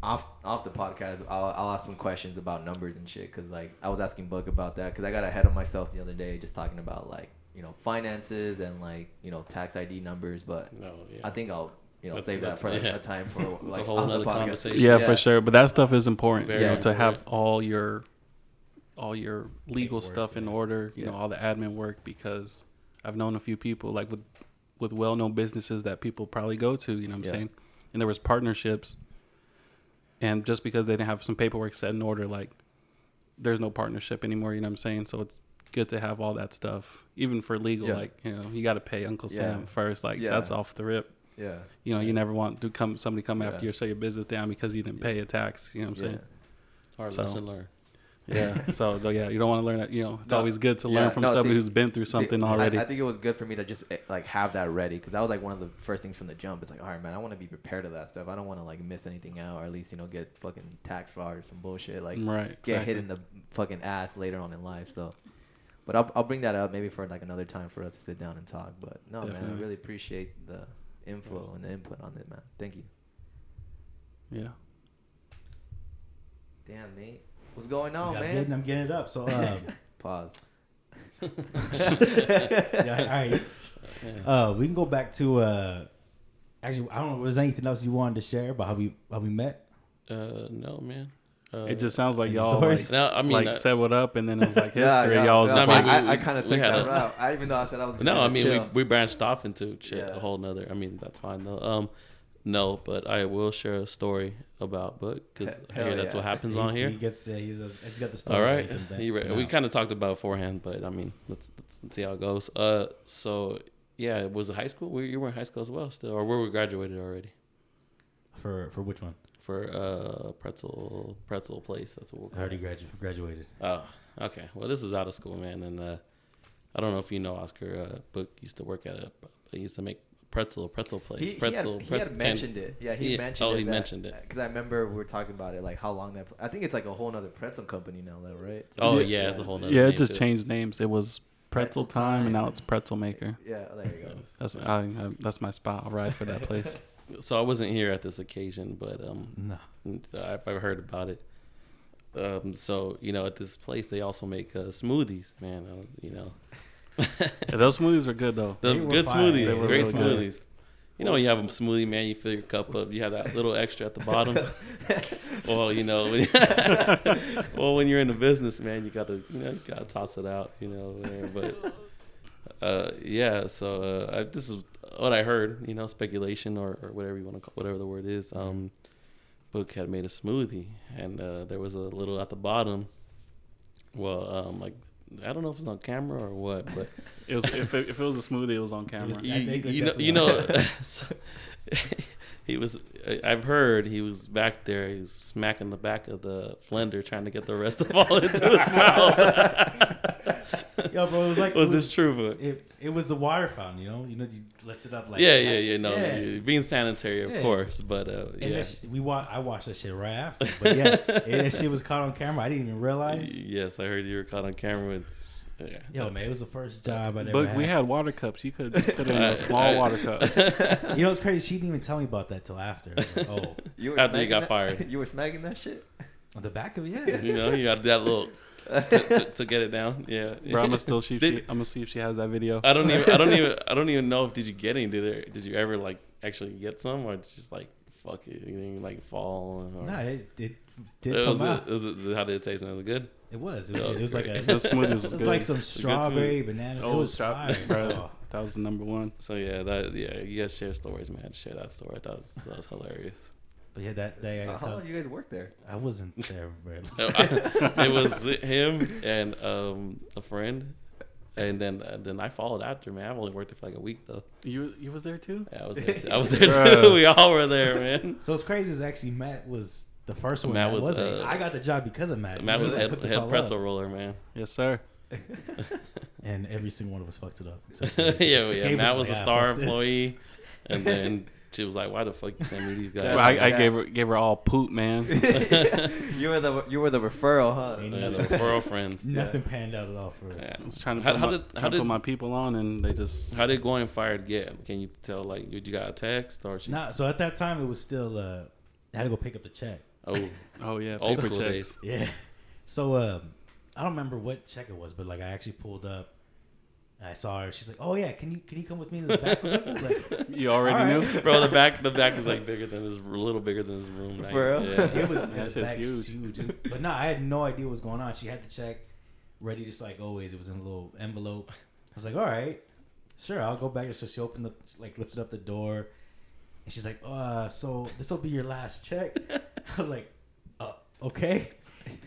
off off the podcast, I'll, I'll ask some questions about numbers and shit. Cause like I was asking Buck about that. Cause I got ahead of myself the other day, just talking about like you know finances and like you know tax ID numbers. But No, Oh, yeah. I think I'll you know That's- save that that's- for yeah. a time for That's a like whole off the nother podcast. conversation. Yeah, for sure. But that stuff is important. Very you know, to have important. all your all your legal Paperwork, stuff in yeah. order, you know, Yeah. all the admin work because I've known a few people like with with well known businesses that people probably go to, you know what I'm Yeah. saying? And there was partnerships and just because they didn't have some paperwork set in order, like there's no partnership anymore, you know what I'm saying? So it's good to have all that stuff. Even for legal, Yeah. like, you know, you gotta pay Uncle Yeah. Sam first. Like Yeah. that's off the rip. Yeah. You know, you never want to come somebody come Yeah. after you or shut your business down because you didn't pay a tax. You know what I'm yeah. saying? Hard So- lesson learned. Yeah. so though, yeah, you don't want to learn that. You know, it's No. always good to Yeah, learn from no, somebody see- who's been through See, something I- already. I, think it was good for me to just eh, like have that ready because that was like one of the first things from the jump. It's like, all right, man, I want to be prepared to that stuff. I don't want to like miss anything out, or at least you know get fucking tax fraud or some bullshit. Like right. get hit exactly. in the fucking ass later on in life. So, but I'll, I'll bring that up maybe for like another time for us to sit down and talk. But no, man, I Definitely. really appreciate the info and the input on it, man. Thank you. Yeah. Damn, mate, what's going I'm on, Getting, man? I'm getting it up. So um, Pause. yeah, all right. Uh, we can go back to uh, actually. I don't know. Was there anything else you wanted to share about how we how we met? Uh, no, man. Uh, It just sounds like Any y'all like, stories? No, I mean, like uh, said what up, and then it was like Yeah, history. yeah, y'all was yeah, just I like, mean, I, we- I kind of we took had that a- route. I even though I said I was no, gonna I mean, we, chill. we branched off into shit Yeah. a whole nother. I mean, that's fine though. Um, no, but I will share a story about Book because I Hell hear that's yeah. what happens he, on here. He gets. Uh, he's, he's got the stories. All right, and everything You re- down. we kind of talked about beforehand, but I mean, let's, let's, let's see how it goes. Uh, so yeah, it was high school. We, you were in high school as well, still, or were we graduated already for for which one? for uh pretzel pretzel place? That's what we're I already gradu- graduated. Oh, okay. Well, this is out of school, man, and uh, I don't know if you know Oscar. Uh, Book used to work at a. He used to make pretzel pretzel place. He, he had- pretzel. he had, pretzel pan- mentioned it. Yeah, he Yeah. mentioned. Oh, it he that- mentioned it. Because I remember we were talking about it, like how long that. I think it's like a whole other pretzel company now, though, right? Oh Yeah. yeah, it's a whole. nother yeah, name it just to changed names. It was Pretzel Pretzel Time, and Time. now it's Pretzel Maker. Yeah, there you go. That's I, I, that's my spot. I'll ride for that place. So I wasn't here at this occasion, but um, No. I've, I've heard about it. Um, so you know, at this place they also make uh, smoothies, man. Uh, you know, Yeah, those smoothies are good though. the They were good fire. smoothies, They were great really good. smoothies. You know, you have a smoothie, man. You fill your cup up. You have that little extra at the bottom. well, you know, when, well, when you're in the business, man, you gotta, you know, you gotta toss it out, you know. whatever. But uh, yeah, so uh, I, this is what I heard, you know, speculation or, or whatever you want to call, whatever the word is. Um, Book had made a smoothie, and uh, there was a little at the bottom. Well, um, like I don't know if it's on camera or what, but It was if it, if it was a smoothie, it was on camera. was- you, I think you- it you know, definitely you know was. so- he was. I- I've heard he was back there. He was smacking the back of the blender, trying to get the rest of all into his mouth. Yo, bro, it was like- was, it was- this true? But It, it was the water fountain, you know. You know, you lift it up like yeah, yeah, yeah. No, Yeah. you- being sanitary, of Yeah. course, but uh, And yeah, that sh- we wa- I watched that shit right after, but yeah, and that shit was caught on camera. I didn't even realize. yes, I heard you were caught on camera. With, yeah. Yo, man, it was the first job I ever But had. we had water cups. You could have put it in I- a small I- water cup. you know, it's crazy. She didn't even tell me about that till after. I was like, oh, You After you smacking got that- fired. you were smacking that shit. on the back of it, yeah. you know, you got that little to, to, to get it down. Yeah, Bro, I'm gonna still see if Did- she, I'm gonna see if she has that video. I don't even I don't even I don't even know if did you get any did there did you ever like actually get some or it's just like fuck it you didn't like fall or Nah, it, it did it come was, it, out. It, was it, how did it taste man was it good was. It was. Oh, It was like a. great. It the was, smoothies was good. like some strawberry smoothie. banana. Oh, it was stop, fire, bro. bro. That was the number one. so yeah that yeah you guys share stories man share that story that was that was hilarious But yeah, that day I, Uh, how long you guys work there? I wasn't there very long. No, I- it was him and um a friend and then uh, then I followed after man I've only worked there for like a week though You you was there too? yeah, I was there too. I was there too Bruh. we all were there man So it's crazy. Is actually Matt was the first one. Matt Matt was, was. wasn't. uh, I got the job because of Matt. Matt He was like, head, "Hook this all head up." pretzel roller man Yes, sir. and every single one of us fucked it up. except yeah, for me. well, yeah. Gabe Matt was like, a "Ah, star fuck this." employee, and then she was like, "Why the fuck you send me these guys?" Bro, I, I yeah. gave her gave her all poop, man. you were the you were the referral, Ain't huh? They're the referral friends. Nothing panned out at all for Yeah. I was trying to How- put, how my, did- trying how to did- put my people on, and they just How did going fired get? Can you tell? Like, you you got a text or she? Nah, so at that time it was still. Uh, I had to go pick up the check. Oh, oh yeah, old paper school checks. days. Yeah. So um, I don't remember what check it was, but like I actually pulled up. and I saw her. She's like, "Oh yeah, can you can you come with me to the back?" room?" I was like, You already All knew. Bro, the back the back is like bigger than this, a little bigger than this room. Like, For real? Yeah. it was That the shit's back's huge. huge. But no, I had no idea what was going on. She had the check ready, just like always. It was in a little envelope. I was like, "All right, sure, I'll go back." So she opened the like lifted up the door, and she's like, "Uh, so this will be your last check." I was like, uh, okay.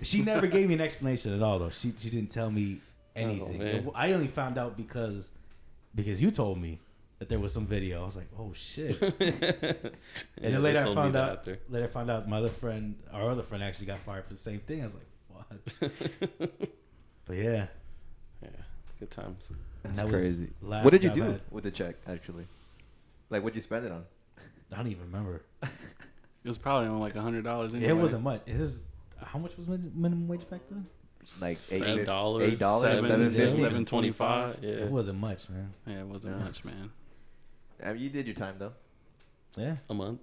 She never gave me an explanation at all, though. She she didn't tell me anything. Oh, man. I only found out because because you told me that there was some video. I was like, oh shit. And and then later I found out. Later I found out my other friend, our other friend, actually got fired for the same thing. I was like, fuck. But yeah, yeah, good times. That's That was crazy. last What did you job do I had. with the check actually? Like what would you spend it on? I don't even remember. It was probably on like a hundred dollars. Anyway. It wasn't much. This is how much was min- minimum wage back then? Like eight Seven fif- dollars, eight dollars, seven- seven yeah, fifty. seven- $7.25, Yeah. It wasn't much, man. Yeah, it wasn't Yeah. much, man. I mean, you did your time though. Yeah. a month.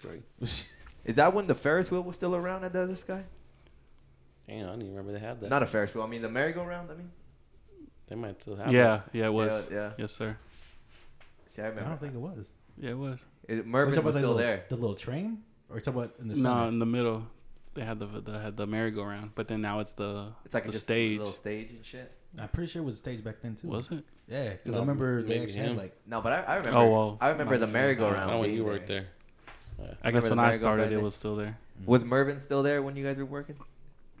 Great. Is that when the Ferris wheel was still around at Desert Sky? Damn, I didn't even remember they had that. Not a Ferris wheel. I mean the merry-go-round. I mean, they might still have. Yeah, yeah, it was. Yeah, yeah. Yes, sir. see, I I remember. don't think it was. Yeah, it was. It, Are Mervin's you talking was about still the, there. The little train? Or you talking about in the No, summer? in the middle, they had the they had the merry-go-round, but then now it's the It's like the a just stage. little stage and shit. I'm pretty sure it was staged back then too. Was it? Yeah, because No, I remember they maybe actually had him. like No, but I, I remember. Oh, well, I remember the might- I merry-go-round. don't know when being you worked there. I guess Remember when the I merry-go-round started, it thing? was still there. Was Mervin still there when you guys were working?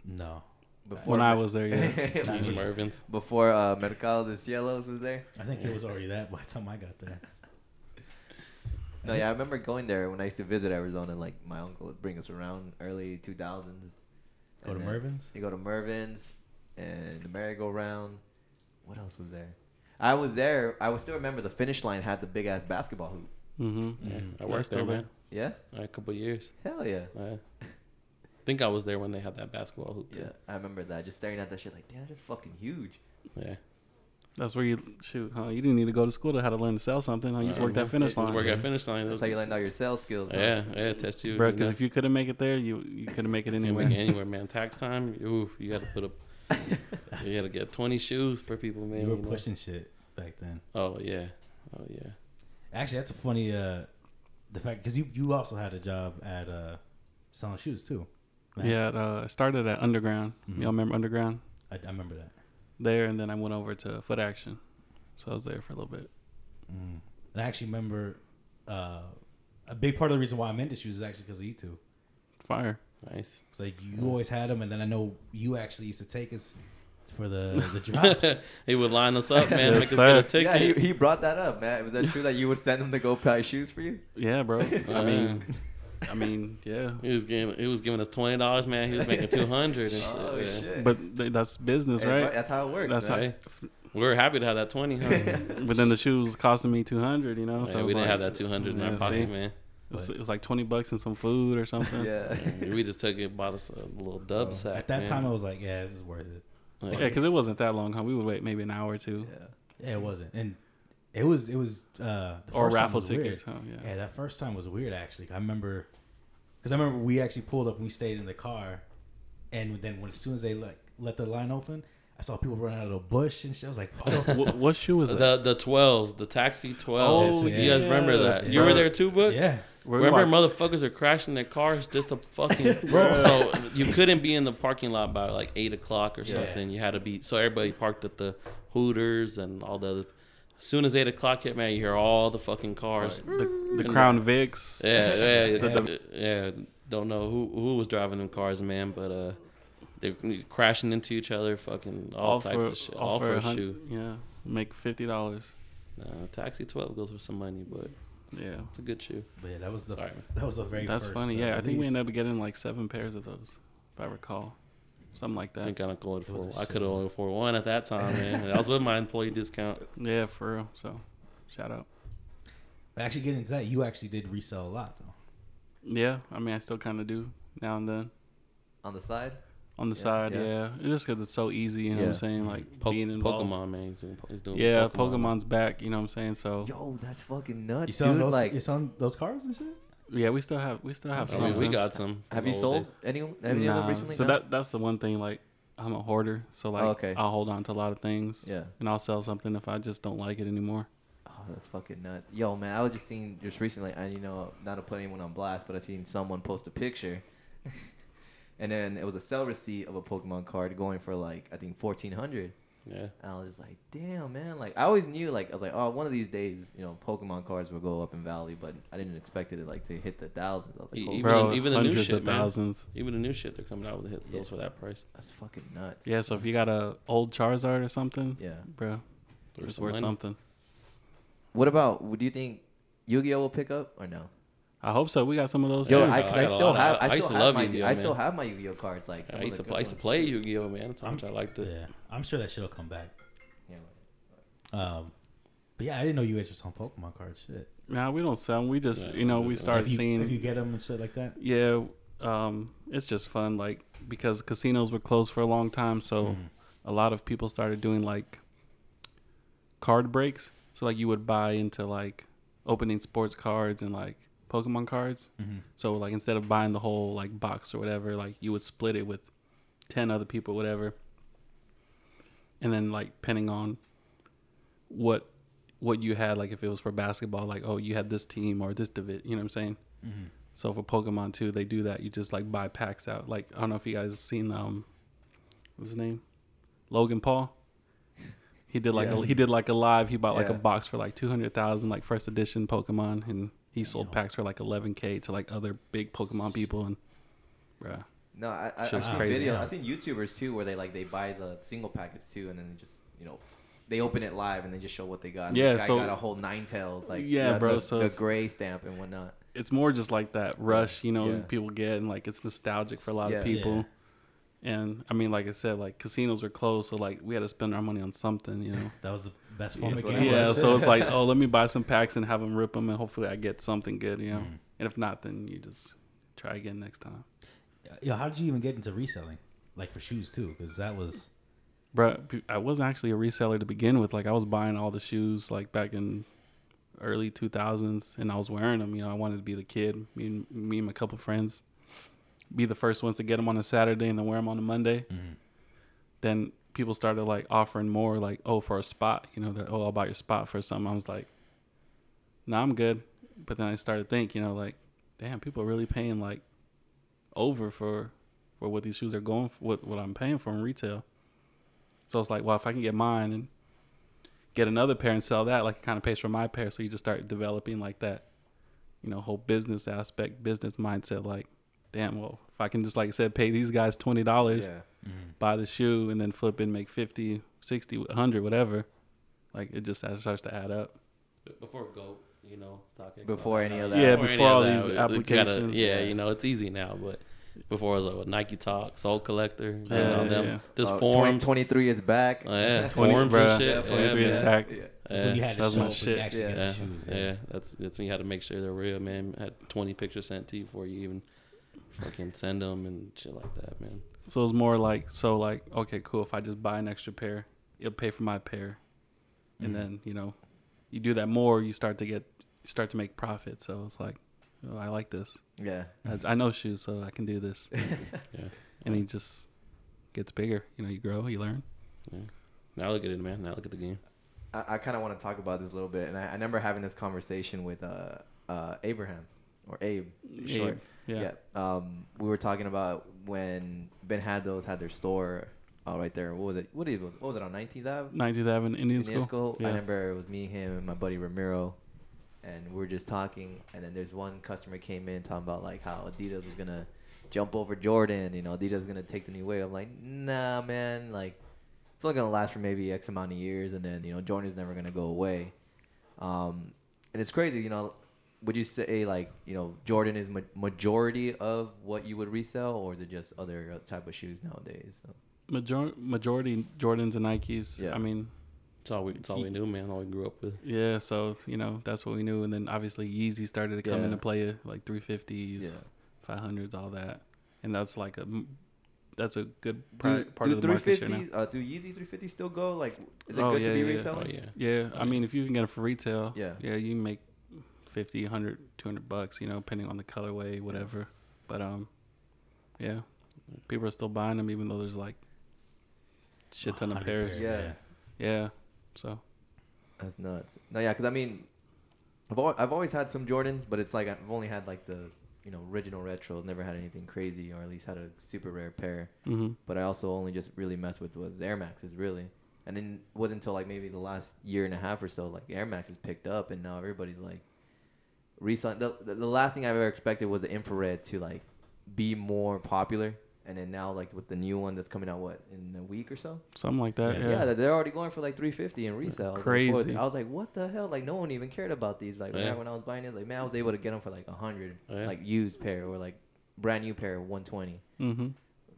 no. When I was there, yeah. Not Jim me. Irvin's. before uh, Mercado de Cielos was there. I think it was already that by the time I got there. Uh-huh. No, yeah, I remember going there when I used to visit Arizona. Like my uncle would bring us around early 2000s. Go to And then Mervin's? You go to Mervin's and the merry-go-round. What else was there? I was there. I would still remember the finish line had the big ass basketball hoop. Mm-hmm. Yeah, I They're worked there, still there. man. Yeah, A couple years. hell yeah. I think I was there when they had that basketball hoop. Yeah, Too. I remember that. Just staring at that shit, like, damn, that's fucking huge. Yeah. That's where you shoot, huh? You didn't need to go to school to how to learn to sell something. Huh? You just worked that finish Uh, Uh-huh. Just work line. at finish line. That's how you learned all your sales skills. huh? Yeah, yeah. Test you. Bro, you because know, if you couldn't make it there, you you couldn't make it can't anywhere. make it anywhere, man. Tax time. Ooh, you got to put up. you got to get twenty shoes for people, man. you were you know? pushing shit back then. Oh yeah. Oh yeah. Actually, that's a funny uh, the fact because you you also had a job at uh, selling shoes too. Right. Yeah, it uh, started at Underground. Mhm. Y'all remember Underground? I, I remember that. There, and then I went over to Foot Action. So I was there for a little bit. Mm. And I actually remember uh, a big part of the reason why I'm into shoes is actually because of you two. Fire. Nice. It's like you always had them, and then I know you actually used to take us for the the drops. he would line us up, man. Yes, make us get a sir. ticket. yeah, he, he brought that up, man. Was that true that you would send him to go buy shoes for you? Yeah, bro. I Uh, mean, I mean, yeah. He was giving he was giving us twenty dollars, man. He was making two hundred and Oh shit. man. shit! But th- that's business, That's right- right? That's how it works. That's man. how- Right? We were happy to have that twenty, huh? Man, But then the shoes costing me two hundred. You know, so we it was didn't like- have that two hundred in Yeah, our pocket, see? man. It was, it was like twenty bucks and some food or something. yeah, Yeah. We just took it, bought us a little dub sack. At that man. time, I was like, yeah, this is worth it. Like, because it wasn't that long. Huh? We would wait maybe an hour or two, yeah. Yeah, it wasn't, and it was it was uh, the or first time raffle was weird. tickets. Huh? Yeah. Yeah, that first time was weird actually. I remember, because I remember we actually pulled up and we stayed in the car, and then when as soon as they like let the line open, I saw people running out of the bush and shit. I was like, what the Wh- what shoe was that? the the twelves, the taxi twelves. Oh, Do you guys yeah. remember that? You were Bro. there too, fuck? Book? yeah, Where we Remember, walked- motherfuckers are crashing their cars just to fucking. Bro. So you couldn't be in the parking lot by like eight o'clock or Yeah. something. You had to be. So everybody parked at the Hooters and all the other. As soon as eight o'clock hit, man, you hear all the fucking cars. the, the and- Crown Vicks. Yeah, yeah, yeah, The- yeah. Don't know who who was driving them cars, man, but uh, they're crashing into each other, fucking all, types of shit, all, for a hun- shoe. Yeah, make fifty dollars. Nah, taxi twelve goes for some money, but Yeah, it's a good shoe. but yeah, that was the Sorry. that was the very. that's first, funny. uh, Yeah, I think we release. ended up getting like seven pairs of those, if I recall, something like I that. think I could only It was afford. a I shit. could only afford one at that time, man. And I was with my employee discount. Yeah, for real. So, shout out. Actually, getting into that, you actually did resell a lot though. Yeah, I mean, I still kind of do now and then On the side. on the Yeah, side. yeah. Yeah, It's just because it's so easy. You know what Yeah. I'm saying? Like Po- being involved. Pokemon, man. He's doing, po- he's doing Yeah, Pokemon. Pokemon's back. You know what I'm saying? Oh. So Yo, that's fucking nuts, You dude. selling those? like, you selling those cars and shit? yeah, we still have we still have I some. mean, we huh? got some. from have you the old sold days. anyone? Any of Nah, them recently? So No? that that's the one thing. Like I'm a hoarder, so like okay. I'll hold on to a lot of things. Yeah. and I'll sell something if I just don't like it anymore. Oh, that's fucking nuts. Yo, man, I was just seeing just recently, and you know, not to put anyone on blast, but I seen someone post a picture, and then it was a sell receipt of a Pokemon card going for like I think fourteen hundred. Yeah. And I was just like, damn, man. Like I always knew, like I was like, oh, one of these days, you know, Pokemon cards will go up in value, but I didn't expect it like to hit the thousands. I was like, E- holy even- Bro, even the new hundreds shit, of man. thousands. Even the new shit they're coming out with hit Yeah. those for that price. that's fucking nuts. Yeah, so if you got a old Charizard or something, Yeah. bro, Throw it's some worth money. something. What about? Do you think Yu-Gi-Oh will pick up or no? I hope so. We got some of those Yo, too. I, I 'cause got I a still lot of- have. I I used still to love have my. Yu-Gi-oh, I still man. have my Yu-Gi-Oh cards. Like some I of used the to, good I used to ones. play Yu-Gi-Oh, man. Sometimes I liked it. Yeah, I'm sure that shit'll come back. Yeah. Um, but yeah, I didn't know you guys were selling Pokemon cards. Shit, Nah, we don't sell 'em. We just, Yeah, you know, we just- start if you, seeing. if you get them and shit like that. yeah, um, it's just fun, like because casinos were closed for a long time, so Mhm. a lot of people started doing like card breaks. So like you would buy into like opening sports cards and like Pokemon cards. Mhm. So like instead of buying the whole like box or whatever, like you would split it with ten other people, whatever. And then like depending on what what you had, like if it was for basketball, like oh you had this team or this divi you know what I'm saying? Mhm. So for Pokemon too, they do that. You just like buy packs out. Like I don't know if you guys seen um, what's his name, Logan Paul. He did like Yeah. a, he did like a live. He bought like a Yeah. box for like two hundred thousand, like first edition Pokemon, and he sold packs for like eleven k to like other big Pokemon people. And bruh, No, I, I, Shit I've was seen crazy. video. Yeah. I've seen YouTubers too, where they like they buy the single packets too, and then they just you know they open it live and they just show what they got. And Yeah, this guy so- got a whole nine tails, like Yeah, you know, bro, the, so the it's- gray stamp and whatnot. it's more just like that rush, you know, Yeah. people get and like it's nostalgic for a lot Yeah. of people. And I mean, like I said, like casinos were closed, so like we had to spend our money on something, you know. That was the best form of it's what gambling. happened. Yeah, much. so it's like, oh, let me buy some packs and have them rip them, and hopefully I get something good, you know. And if not, then you just try again next time. Yo, how did you even get into reselling? Like for shoes too, because that was But p- I wasn't actually a reseller to begin with. Like I was buying all the shoes like back in early 2000s, and I was wearing them. You know, I wanted to be the kid. Me and me and my couple friends be the first ones to get them on a Saturday and then wear them on a Monday. Then people started like offering more, like oh for a spot. You know, that oh I'll buy your spot for something. I was like, no, I'm good. But then I started to think, you know, like, damn, people are really paying like over for for what these shoes are going for, what what I'm paying for in retail. So it's like, well, if I can get mine and get another pair and sell that, like it kind of pays for my pair. So you just start developing like that, you know, whole business aspect, business mindset. Like, damn, well, if I can just like I said, pay these guys twenty dollars Yeah. buy the shoe and then flip and make 50 60 100 whatever like it just that starts to add up B- Before Go, you know, StockX. Before any of that. Yeah, any before of all that, these we- we gotta- applications. yeah, you know, it's easy now, but before it was like what, Nike Talk, Soul Collector, you Yeah, know, yeah, them. yeah. This Uh, 20 forms. 23 is back. Oh, yeah, Twenty- forms bruh, and shit. 23 yeah, is man. back Yeah. That's when you Yeah. had to that's show my up and shit. actually get yeah, the shoes. yeah. That's that's when you had to make sure they're real, man. Had twenty pictures sent to you before you even fucking send them and shit like that, man. so it's more like so like okay cool if i just buy an extra pair it'll pay for my pair and then you know you do that more you start to get you start to make profit so it's like oh, i like this Yeah. That's- i know shoes so i can do this Yeah. and he just gets bigger you know you grow you learn Now look at it, man. Now look at the game. I, I kind of want to talk about this a little bit, and I, I remember having this conversation with uh, uh, Abraham or Abe. for short. yeah, yeah. Um, we were talking about when Ben had those had their store uh, right there. What was it? What it was? What was it on 19th Ave? 90th avenue indian, school, I Yeah. remember it was me, him, and my buddy Ramiro, and we were just talking. And then there's one customer came in talking about like how Adidas was gonna jump over Jordan. You know, Adidas is gonna take the new wave. I'm like, nah, man. Like, it's only gonna last for maybe X amount of years, and then you know, Jordan is never gonna go away. Um, and it's crazy, you know. Would you say like you know Jordan is ma- majority of what you would resell, or is it just other type of shoes nowadays? So, Major- majority jordans and nikes Yeah. i mean It's all we. It's all we knew, man. All we grew up with. Yeah, so you know that's what we knew, and then obviously Yeezy started to come Yeah. into play, like three fifties, Yeah. five hundreds, all that, and that's like a m- that's a good do, pri- part do of the market share now. 350s uh, do Yeezy 350 still go? Like, is it Oh, good to yeah, be yeah, yeah. Oh reselling? yeah. Yeah, Oh, I mean if you can get it for retail, Yeah. yeah, you can make 50, 100, 200 bucks, you know, depending on the colorway, whatever. But um, yeah, people are still buying them even though there's like shit ton of 100 pairs. pairs. Yeah. Yeah, so That's nuts. No, yeah, because I mean, I've al- I've always had some Jordans, but it's like I've only had like the you know original retros. Never had anything crazy, or at least had a super rare pair. hmm But I also only just really messed with was Air Maxes really. And then it wasn't until like maybe the last year and a half or so like Air Maxes picked up, and now everybody's like reselling. The, the the last thing I ever expected was the infrared to like be more popular. And then now, like with the new one that's coming out, what in a week or so? something like that. Yeah. Yeah, Yeah, that they're already going for like 350 in resale. I was, like, Crazy. "What?" I was like, what the hell? Like, no one even cared about these. Like, Yeah. when I was buying it, like, man, I was able to get them for like 100, Oh, yeah. like used pair or like brand new pair, 120. Mm-hmm.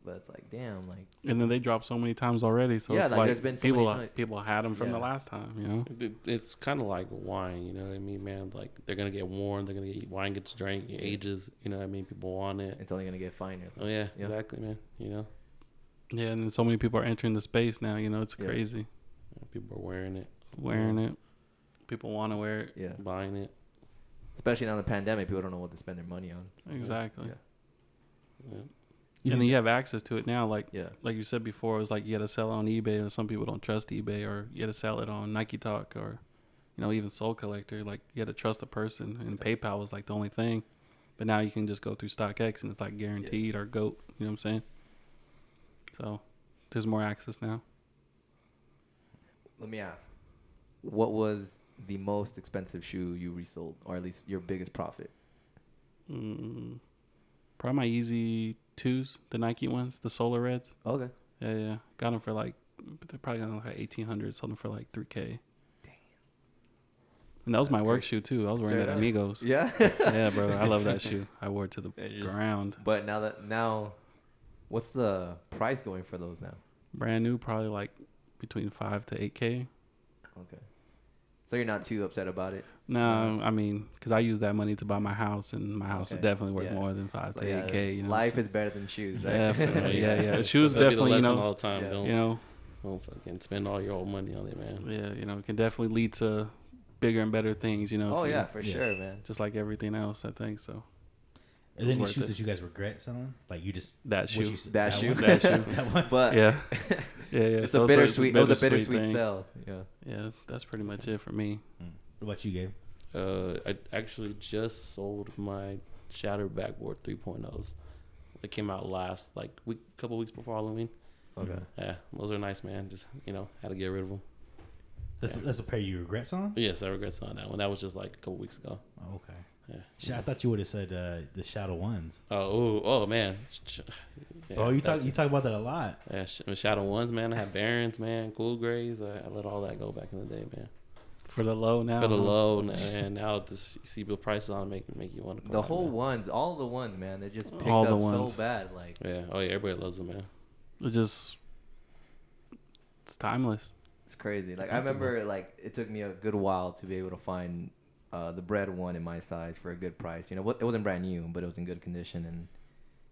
But it's like, damn, like, And then they dropped so many times already, so Yeah, it's like, like, there's been so people many times. people had them from the Yeah. last time, you know. It- It's kind of like wine, you know what I mean, man. Like they're gonna get worn, they're gonna get wine gets drank, it ages, you know what I mean. People want it. it's only gonna get finer. Oh yeah, Yeah. exactly, man. You know, Yeah, and then so many people are entering the space now. You know, it's Yeah. crazy people are wearing it, wearing it. People want to wear it. Yeah, buying it. especially now in the pandemic, people don't know what to spend their money on. Exactly. Yeah. Yeah. And then you have access to it now. Like Yeah, like you said before, it's like you got to sell it on eBay, and some people don't trust eBay, or you got to sell it on Nike Talk, or you know even Soul Collector. Like you got to trust a person. And PayPal was like the only thing, but now you can just go through StockX, and it's like guaranteed or goat. You know what I'm saying? So there's more access now. let me ask, what was the most expensive shoe you resold, or at least your biggest profit? Mm, probably my Easy Twos, the Nike ones, the Solar Reds. Okay, Yeah, yeah. Got them for like, they're probably got 'em like eighteen hundred. Sold them for like three k. Damn. And that was That's my work crazy. shoe too. I was wearing Straight that up. Amigos. yeah, yeah, bro. I love that shoe. I wore it to the It just- ground. But now that now, what's the price going for those now? Brand new, probably like between five to eight k. Okay. So you're not too upset about it. No, I mean, because I use that money to buy my house, and my house Uh-huh. Okay. is definitely worth Yeah. more than five It's to like, yeah, eight k. You know, life so- is better than shoes, right? Definitely, yeah, yeah. That's- She was that'd be definitely, you lesson know- all the time. Yeah. Don't, you know, don't fucking spend all your old money on it, man. yeah, you know, it can definitely lead to bigger and better things. You know. if oh you- yeah, for Yeah. sure, man. just like everything else. I think so. And then It you was shoot worth it. that you guys regret selling? Like you just That what shoe. you s- That shoe. one? That shoe. that one. But yeah, yeah, yeah. it's a So like- bittersweet. It was a bittersweet thing. sell. Yeah. Yeah, that's pretty much it for me. What about you, Gabe? Uh, Uh, I actually just sold my Shattered Backboard 3.0s. It came out last like week, couple weeks before Halloween. Okay. Mm-hmm. Yeah, those are nice, man. Just you know, had to get rid of them. That's that's a pair you regret selling. Yes, I regret selling that one. That was just like a couple weeks ago. Oh, okay. Yeah. Shit, I thought you would have said uh, the Shadow Ones. Oh, ooh, oh man. Sh- yeah, oh, you talk that's- you talk about that a lot. Yeah, sh- Shadow Ones, man. I had Barons, man. Cool Grays. I, I let all that go back in the day, man. for the low now. For Uh-huh. the huh? low, n- and now this, you see the prices on it make make you want to. The whole ones, all the ones, man, they just picked All the up so ones. bad. Like, Yeah. Oh yeah. Everybody loves them, man. It just it's timeless. It's crazy. Like I remember, like it took me a good while to be able to find uh, the bread one in my size for a good price. You know, what- it wasn't brand new, but it was in good condition and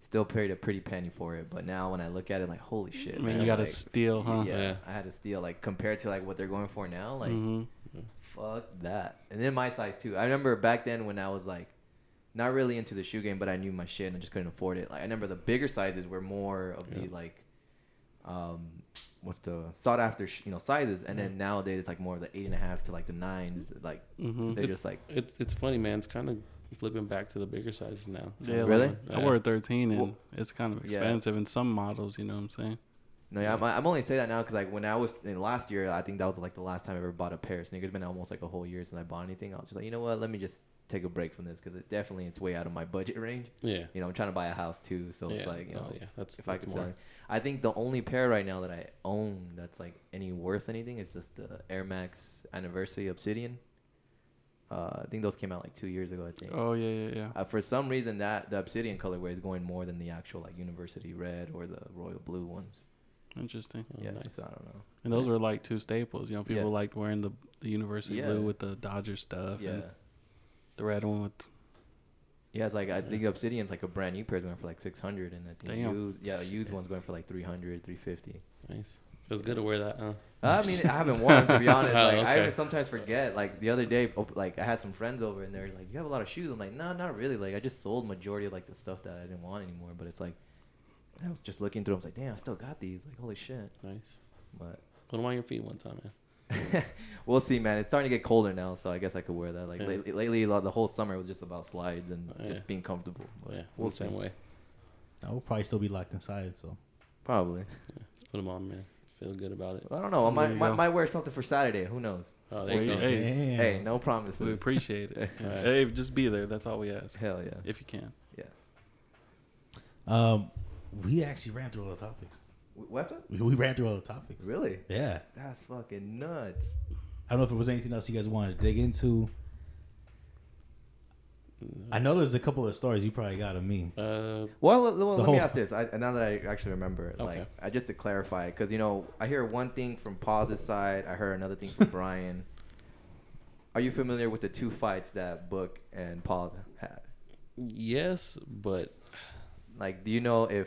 still paid a pretty penny for it. But now when I look at it, like holy shit, I mean, man, you got to like, steal, huh? Yeah, Yeah. I had to steal. Like compared to like what they're going for now, like hmm fuck that. And then my size too. I remember back then when I was like not really into the shoe game, but I knew my shit and I just couldn't afford it. Like I remember the bigger sizes were more of the Yeah. like um what's the sought after sh- you know sizes and then nowadays it's like more of the eight and a halfs to like the nines like Mm-hmm. hmm they're just like It's it's funny, man. It's kind of flipping back to the bigger sizes now. Yeah, Really? like, I wore a 13 and Well- it's kind of Yeah. expensive in some models, you know what I'm saying? no yeah, I'm, I'm only saying that now because like when i was in last year i think that was like the last time i ever bought a pair of sneakers It's been almost like a whole year since i bought anything i was just like you know what let me just take a break from this because it definitely it's way out of my budget range Yeah. you know i'm trying to buy a house too so Yeah. it's like you know oh, yeah. That's if I that's could sell. it. I think the only pair right now that I own that's like any worth anything is just the Air Max Anniversary Obsidian. Uh, I think those came out like two years ago. I think. Oh yeah, yeah, yeah. Uh, for some reason, that the Obsidian colorway is going more than the actual like University Red or the Royal Blue ones. Interesting. Oh, yeah, nice. so I don't know. And those were like two staples, you know, people Yeah. liked wearing the the University Yeah. blue with the Dodger stuff Yeah, and the red one with yeah. It's like I think Obsidian's like a brand new pair is going for like six hundred, and I think Damn. used, yeah, a used one's going for like 300, 350. Nice. Feels good to wear that, huh? I mean, I haven't worn 'em, to be honest. Oh, Like I okay. even sometimes forget. Like the other day, op- like I had some friends over and they're like, "You have a lot of shoes." I'm like, "No, not really." Like I just sold majority of like the stuff that I didn't want anymore. But it's like, I was just looking through. 'em, I was like, "Damn, I still got these." Like holy shit. Nice. But Put them on your feet one time, man. we'll see, man. It's starting to get colder now, so I guess I could wear that. Like Yeah. lately, lately, like, the whole summer was just about slides and Oh, yeah. just being comfortable. But yeah. we'll the same see. way. I will probably still be locked inside. So Probably. Put them on, man. Feel good about it. Well, I don't know. I There might, you might, go. might wear something for Saturday. Who knows? Oh, Well, there you you- go. hey, Damn. Hey, no we promises. appreciate it. All right. Hey, just be there. That's all we ask. Hell yeah. If you can. Yeah. Um, we actually ran through all the topics. W- Weapon? We, we ran through all the topics. Really? Yeah. That's fucking nuts. I don't know if there was anything else you guys wanted to dig into. I know there's a couple of stories you probably got of me. Uh, Well, let, well, The let whole- me ask this. I, now that I actually remember, it, Okay. like, I just to clarify, because you know, I hear one thing from Paz's side. I heard another thing from Brian. Are you familiar with the two fights that Book and Paz had? yes, but Like, do you know if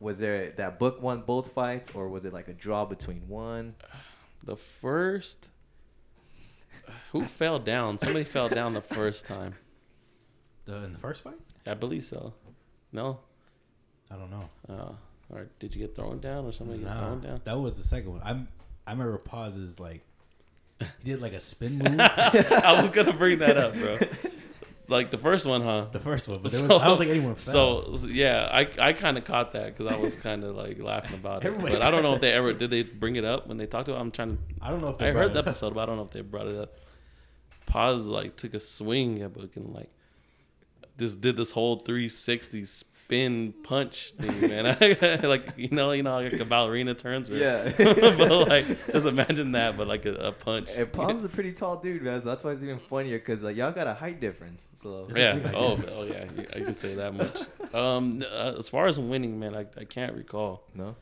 was there that Book won both fights, or was it like a draw between one? the first. Who fell down? Somebody fell down the first time. The, in the first fight? I believe so. No. I don't know. Uh, or did you get thrown down, or somebody get Nah, thrown down? that was the second one. I'm I remember pauses like he did like a spin move. I was gonna bring that up, bro. Like the first one, huh? the first one, but there was, I don't think anyone fell. So so, yeah, I I kind of caught that because I was kind of like laughing about it. Everybody But I don't got know if that they ever did. They bring it up when they talked about. I'm trying to. I don't know if they I heard brought the it up. episode, but I don't know if they brought it up. Paz like took a swing at Book and like this did this whole 360 spin punch thing, man. like you know, you know, like a ballerina turns. Right? Yeah. but like just imagine that, but like a, a punch. And Paz is a pretty tall dude, man. So that's why it's even funnier because like y'all got a height difference. So Is it- yeah. big idea. Oh, oh yeah. yeah, I can say that much. Um, uh, as far as winning, man, I, I can't recall. no,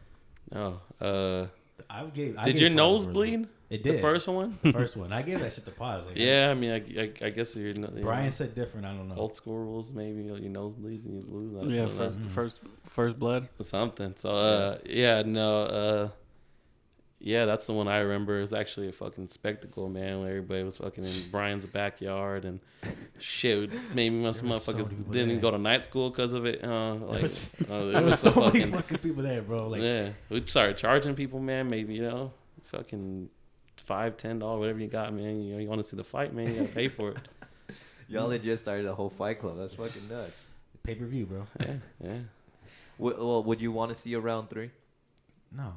No. Uh, I gave. I did gave your Paz nose a really- bleed? It did. The first one. The first one. I gave that shit to pause. Like, yeah. I mean, I, I, I guess you're. not- you Brian know, said different. I don't know. old school rules, maybe your nose bleeds and you lose. I don't Yeah, know. first first first blood. something. So uh, yeah, no, uh, yeah, that's the one I remember. It was actually a fucking spectacle, man. Where everybody was fucking in Brian's backyard and shit. Maybe most There was so motherfuckers many people didn't there. go to night school because of it. Uh, like, was- uh, it there was so a many fucking people there, bro. Like yeah, we started charging people, man. Maybe you know, fucking five, ten dollars, whatever you got, man. You know, you want to see the fight, man? You gotta pay for it. Y'all legit started a whole fight club. That's fucking nuts. Pay per view, bro. yeah, yeah. W- well, would you want to see a round three? No.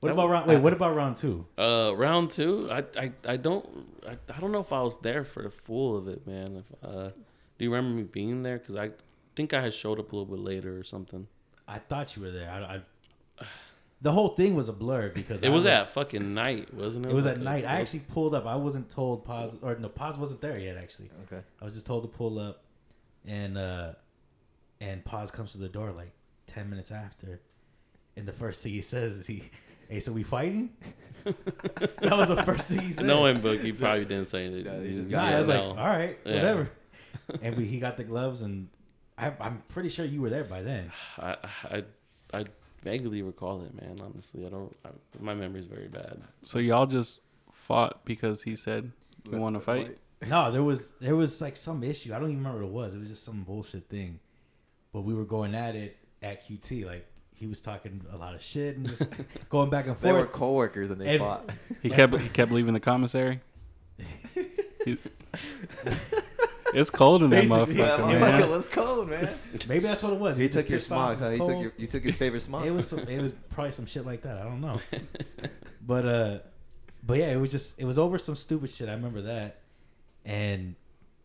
What That about was- round? Wait, what about round two? Uh, round two, I, I, I don't, I, I don't know if I was there for the full of it, man. If, uh, do you remember me being there? Cause I think I had showed up a little bit later or something. I thought you were there. I, I, the whole thing was a blur because It I was, at fucking night, wasn't it? It was like at a- night. I it was- actually pulled up. I wasn't told pause or no pause wasn't there yet. Actually, Okay. I was just told to pull up, and uh and pause comes to the door like ten minutes after, and the first thing he says is he, "Hey, so we fighting?" that was the first thing he said. Knowing Boogie probably didn't say anything. No, he just Nah, got I was like, no. all right, Yeah. whatever. and we, he got the gloves, and I, I'm pretty sure you were there by then. I, I, I vaguely recall it, man. Honestly, I don't. I, my memory's very bad. So y'all just fought because he said you want to fight. No, there was there was like some issue. I don't even remember what it was. It was just some bullshit thing. But we were going at it at QT. Like he was talking a lot of shit and just going back and They were forth. coworkers and they Ed- fought. He kept he kept leaving the commissary. He- it's cold in that Basically, motherfucker. yeah, man. motherfucker. let's go, man. Maybe that's what it was. He We just took your pissed off. It was smock. Huh? He took cold. your, you took his favorite smock. It was some, it was probably some shit like that. I don't know. But uh, but yeah, it was just it was over some stupid shit. I remember that, and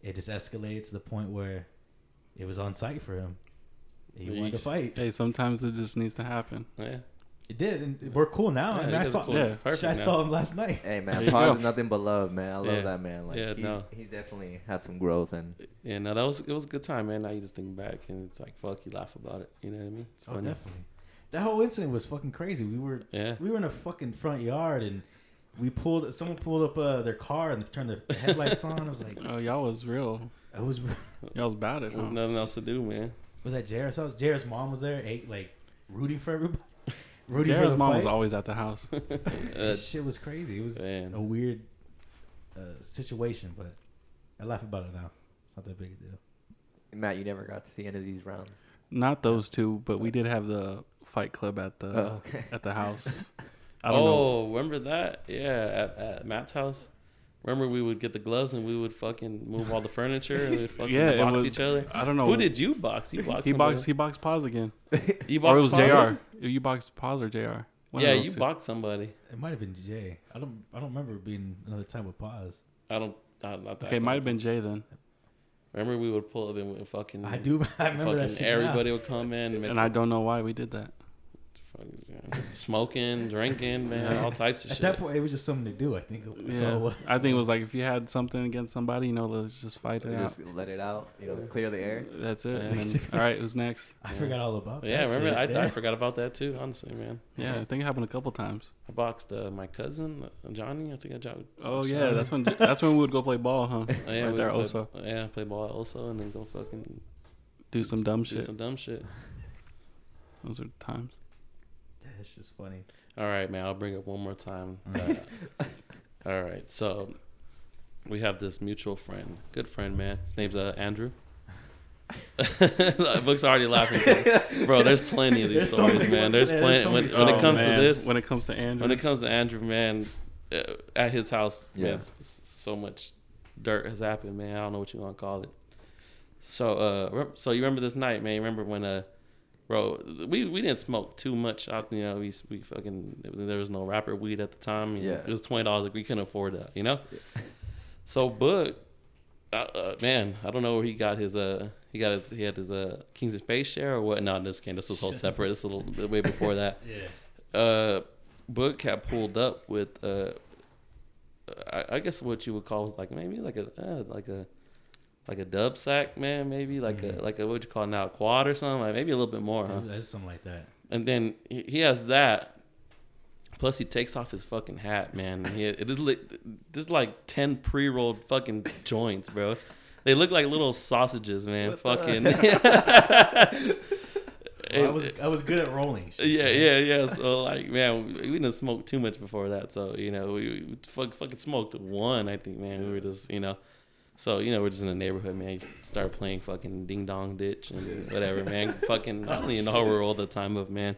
it just escalated to the point where it was on site for him. He wanted to Yeesh. fight. Hey, sometimes it just needs to happen. yeah. It did, and we're cool now. Yeah, and you I guys are saw cool. Yeah. shit, Perfect I now. saw him last night. Hey There man, you Pause go. is nothing but love, man. I love Yeah. that man. Like Yeah, he, no. he definitely had some growth and Yeah, no, that was it was a good time, man. Now you just think back and it's like, fuck, you laugh about it. You know what I mean? It's Oh, definitely. That whole incident was fucking crazy. We were Yeah. we were in a fucking front yard, and we pulled. Someone pulled up uh, their car and turned the headlights on. I was like, Oh, y'all was real. it was Y'all was about it. There's huh? nothing else to do, man. was that Jair's house? Jair's mom was there, ate like rooting for everybody. Rooting for Jared's the mom was fight. always at the house. Uh, this shit was crazy. It was Man. a weird uh, situation, but I laugh about it now. It's not that big a deal. Matt, you never got to see any of these rounds. Not those two, but we did have the fight club at Uh, the Oh, okay. at the house. I don't know. oh, remember that? Yeah, at, at Matt's house. Remember we would get the gloves and we would fucking move all the furniture and we'd fucking Yeah, it box was- each other. I don't know. Who did you box? You boxed. He somebody. boxed. He boxed Paws again, You or it was boxed somebody? Jr. You boxed Paws or Jr. One of Yeah, those you two. boxed somebody. It might have been Jay. I don't. I don't remember it being another time with pause. I don't. I, not that Okay, it might have long. been Jay then. Remember we would pull up and we fucking. I do. I remember that Mm. fucking shit everybody would come in and, make And I don't know why we did that. fucking- yeah, just smoking, drinking, man, all types of Now. At shit. that point, it was just something to do. I think. It was, so it Yeah, was. I think it was like if you had something against somebody, you know, let's just fight it out. Just let it out, you know, clear the air. That's it. Yeah. And then, all right, who's next? I forgot all about. yeah, that remember shit. I, I forgot about that too. Honestly, man, Yeah, I think it happened a couple times. I boxed uh, my cousin uh, Johnny. I think I jo- Oh boxed yeah, Johnny. that's when that's when we would go play ball, huh? Oh, yeah, right we there would play- also. Yeah, play ball also, and then go fucking Do some dumb do shit. some dumb shit. Those are the times. That's just funny. All right, man. I'll bring up one more time. Alright. Uh, all right. So we have this mutual friend, good friend, man. His name's uh, Andrew. Book's already laughing, bro. There's plenty of these There's so stories, many man. ones. There's Yeah, there's plenty. so many when, when it stories. comes Oh, man, to this, when it comes to Andrew, when it comes to Andrew, man, uh, at his house, Yeah. man, s- s- so much dirt has happened, man. I don't know what you want to call it. So, uh, rem- so you remember this night, man? Remember when, uh, bro, we we didn't smoke too much. Out, you know, we s- we fucking there was no wrapper weed at the time. you know, Yeah. it was twenty dollars. Like, we couldn't afford that, you know. So, Book, uh, uh, man, I don't know where he got his uh. He got his, he had his uh Kings of Space share or what? No, this came. This was whole separate. This was a little way before that Yeah. uh, Book had pulled up with, uh, I, I guess what you would call was like maybe like a uh, like a like a dub sack, man. Maybe like Mhm. a like a what you call now a quad or something. Like maybe a little bit more, huh? It was- it was something like that. And then he, he has that. Plus he takes off his fucking hat, man. He, it is li- there's like ten pre-rolled fucking joints, bro. They look like little sausages, man. What fucking. Well, I And- was I was good at rolling. shit, yeah, man. yeah, yeah. So like, man, we, we didn't smoke too much before that. So you know, we, we fuck, fucking smoked one. I think, man, we were just you know, so you know, we're just in the neighborhood, man. You start playing fucking ding dong ditch and whatever, man. fucking, Oh, I don't even know how we're all the time of man.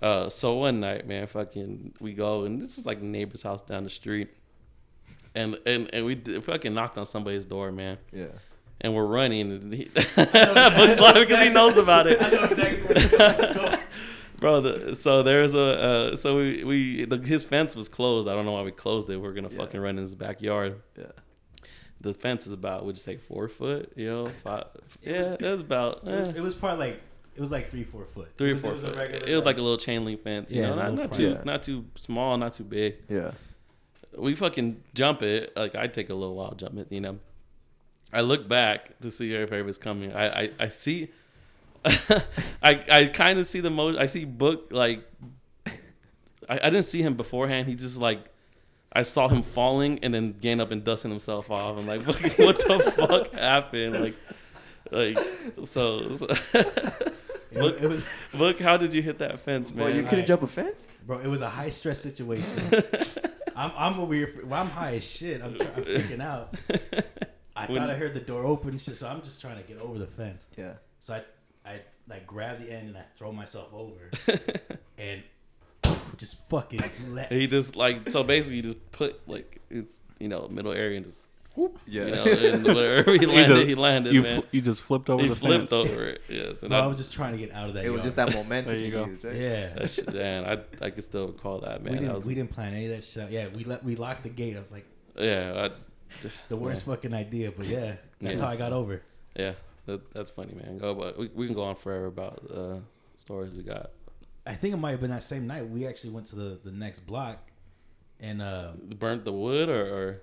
Uh, so one night, man, fucking, we go and this is like a neighbor's house down the street. and and and we d- fucking knocked on somebody's door, man. Yeah. And we're running, and he, Bugs laughing because he knows about it. I know exactly where this is going. Bro, the, so there's a uh, so we we the, his fence was closed. I don't know why we closed it. We are gonna Yeah. fucking run in his backyard. Yeah. The fence is about would you say four foot? You know, five. yeah, it was about It was, eh, it was probably like it was like three, four foot. three It or was- four it was a foot. regular, It was like a little chain link fence. You Yeah, know, a not, little not too private. not too small, not too big. Yeah. we fucking jump it. Like I take a little while to jump it, you know. I look back to see if everybody's coming. I I, I see. I I kind of see the mo. I see Book like. I, I didn't see him beforehand. He just like. I saw him falling and then getting up and dusting himself off. I'm like, what, what the fuck happened? Like, like so. so- It was- Book, it was Book, how did you hit that fence, man? Well, you could- couldn't jump a fence. bro. It was a high stress situation. I'm I'm over here. fr- Well, I'm high as shit. I'm, tr- I'm freaking out. I When- thought I heard the door open, and shit. So I'm just trying to get over the fence. Yeah. So I I like grab the end and I throw myself over and just fucking let. And he just like so basically you just put like it's you know middle area and just Yeah. you know and wherever he landed just- he landed you, man. fl- you just flipped over he the flipped fence. over it yes and Bro, I, I was just trying to get out of that. it was yard. just that momentum There you you, go. used, right? Yeah. that shit, man I I can still recall that we man didn't I was, we didn't plan any of that shit. out. Yeah, we let we locked the gate. I was like yeah I, the worst fucking idea, but yeah, that's Yeah. how I got over. yeah that, that's funny man go but we, we can go on forever about uh, stories we got I think it might have been that same night we actually went to the the next block, and uh, burnt the wood or,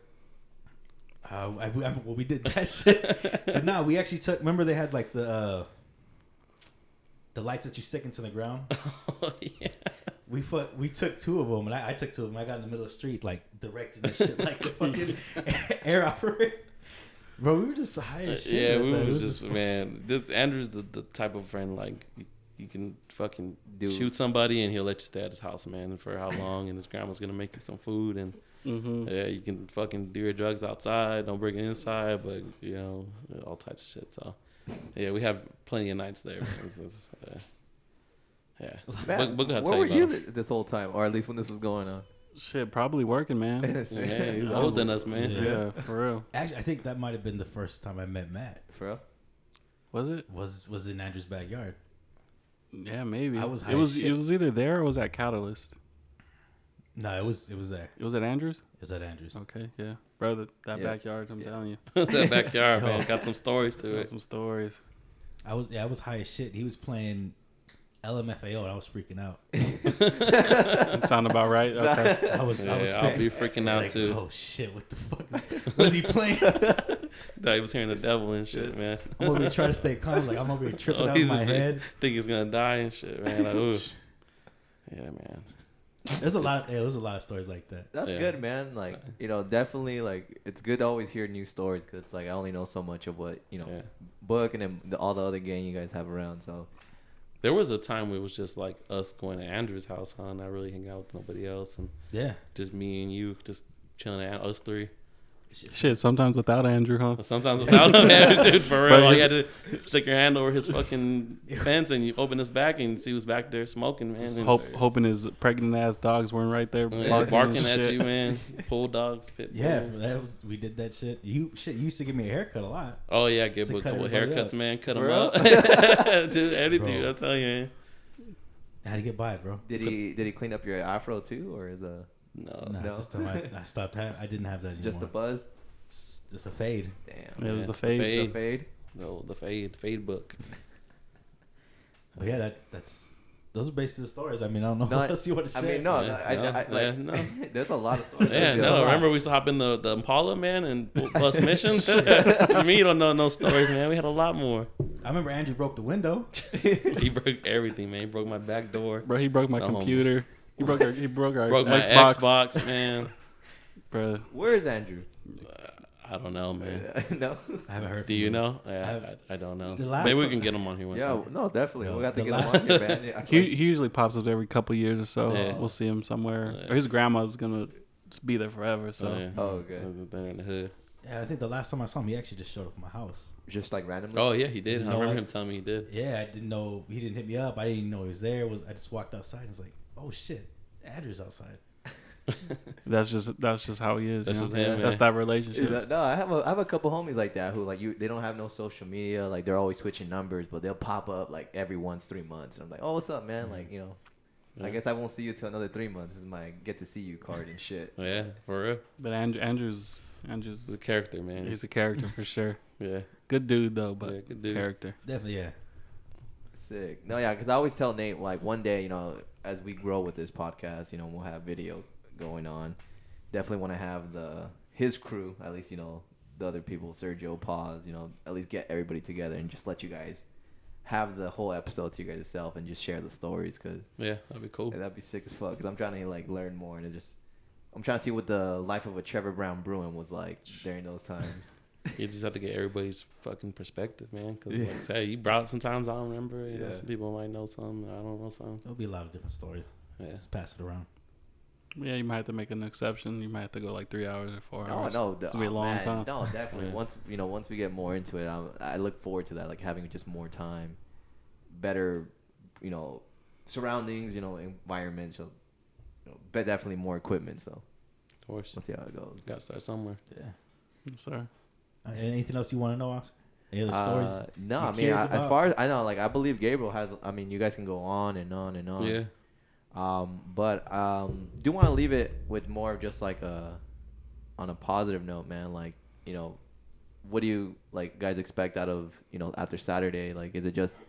uh I, I, well we did that or shit. but no, we actually took. Remember they had like the uh, the lights that you stick into the ground. oh, yeah We fuck, we took two of them, and I, I took two of them. I got in the middle of the street, like directing this shit, like the fucking air operator. Bro, we were just high as shit. Uh, yeah that we time. It was just man this Andrew's the, the type of friend like you, you can fucking Dude. shoot somebody and he'll let you stay at his house, man, for how long? And his grandma's gonna make you some food, and Mm-hmm. yeah, you can fucking do your drugs outside. Don't bring it inside, but you know all types of shit. So yeah, we have plenty of nights there. Man. This is, uh, yeah, Matt, Book- Book gotta where tell were you you about th- this whole time, or at least when this was going on? Shit, probably working, man. That's right. yeah, he's I older was- than us, man. Yeah. yeah, for real. Actually, I think that might have been the first time I met Matt. For real? Was it? Was was in Andrew's backyard. Yeah, maybe. I was high It as was. shit. It was either there or it was at Catalyst. No, it was it was there. It was at Andrews. It was at Andrew's. Oh. Okay, yeah, brother, that Yeah. backyard. I'm Yeah. telling you, that backyard, man, Yo. got some stories to got it. some stories. I was yeah, I was high as shit. He was playing LMFAO, and I was freaking out. Sound about right. Okay. I was Yeah, I was I'll be freaking freaking I was out like, too. Oh shit! What the fuck? Is, what is he playing? Thought he was hearing the devil and shit, man. I'm over here trying to stay calm. Like I'm over here tripping Oh, out he's in my a- head. Think he's gonna die and shit, man. Like, ooh. yeah, man. There's a lot. Of, yeah, there's a lot of stories like that. That's Yeah. good, man. Like Uh, you know, definitely like it's good to always hear new stories because it's like I only know so much of what you know, Yeah. book and then the, all the other gang you guys have around. So There was a time where it was just like us going to Andrew's house, huh? Not really hanging out with nobody else, and Yeah. just me and you just chilling at us three. Shit, sometimes without Andrew, huh? But sometimes without him, man, dude, for real, But all you had it's- to stick your hand over his fucking fence and you open his back and see who's back there smoking, man. Just and hope, hoping his pregnant ass dogs weren't right there and barking, barking and at shit. you, man. Pull dogs, pit Yeah, bulls. that was we did that shit. You shit, you used to give me a haircut a lot. Oh yeah, get Just to booked cut with everybody haircuts, up. man. Cut For them up, dude. Anything, Bro. I'm telling you, man. How to get by, bro? did he did he clean up your afro too, or the No, Nah, no. this time I, I stopped. Ha- I didn't have that anymore. just the buzz? just, just a fade. Damn, It was Yeah, the it's fade. the fade. No, the fade, fade book. But yeah, that that's those are basically the stories. I mean, I don't know No, what else you want to I share. mean, no, Yeah, I, no, I, I, like, yeah, no. there's a lot of stories. Yeah, That's a no. lot. Remember we used to hop in the, the Impala, man, and bu- bus missions. Me, you don't know no stories, man. We had a lot more. I remember Andrew broke the window. he broke everything, man. He broke my back door. Bro, he broke my I'm computer. He broke our. He broke our Broke my Xbox. Xbox, man. Bro, Where is Andrew? I don't know, man. no. I haven't heard. Do from you him. know? Yeah, I've- I, I don't know. The last Maybe we time- can get him on here one Yeah, time. no, definitely. No, we got to the get him on last- here, man. Yeah, I feel he, like- he usually pops up every couple years or so. Yeah. We'll see him somewhere. Yeah. Or his grandma's gonna be there forever. So Oh, yeah. Oh, okay. They're in the hood. Yeah, I think the last time I saw him, he actually just showed up at my house. just like randomly. Oh yeah, he did. You I know remember what? him telling me he did. Yeah, I didn't know he didn't hit me up. I didn't even know he was there. It was I just walked outside and was like, oh shit, Andrew's outside. That's just that's just how he is. That's you know? just him, That's man. that relationship. Dude, no, I have a I have a couple homies like that who like you they don't have no social media, like they're always switching numbers, but they'll pop up like every once three months. And I'm like, Oh what's up, man? Like, you know, I Mm-hmm. Yeah. guess I won't see you till another three months. This is my get to see you card and shit. yeah, for real. But Andrew, Andrew's Andrew's He's a character, man. he's a character for sure. yeah. Good dude though, but Yeah, good dude. character. Definitely, yeah. Sick. No, yeah, because I always tell Nate like one day, you know, as we grow with this podcast, you know, we'll have video going on. Definitely want to have the his crew, at least you know the other people, Sergio, Pause, you know, at least get everybody together and just let you guys have the whole episode to your guys' self and just share the stories because Yeah, that'd be cool. that'd be sick as fuck. Because I'm trying to like learn more and it just I'm trying to see what the life of a Trevor Brown Bruin was like during those times. You just have to get everybody's fucking perspective, man. Because, Yeah. like I say, you brought sometimes I don't remember. You know, Yeah. some people might know some. I don't know some. There'll be a lot of different stories. Yeah. Just pass it around. Yeah, you might have to make an exception. You might have to go like three hours or four Oh hours. no, the- it's gonna be a oh, long man, time. No, definitely. Yeah. Once you know, once we get more into it, I'm, I look forward to that. Like having just more time, better, you know, surroundings, you know, environment. So, you know, but definitely more equipment. So Of course. we'll see how it goes. Got to start somewhere. Yeah. I'm sorry. Uh, anything else you want to know, Oscar? Any other stories? Uh, no, you're I mean, curious I, as about? far as I know, like I believe Gabriel has. I mean, you guys can go on and on and on. Yeah. Um, but um, do want to leave it with more of just like a on a positive note, man. Like you know, what do you like guys expect out of you know after Saturday? Like, is it just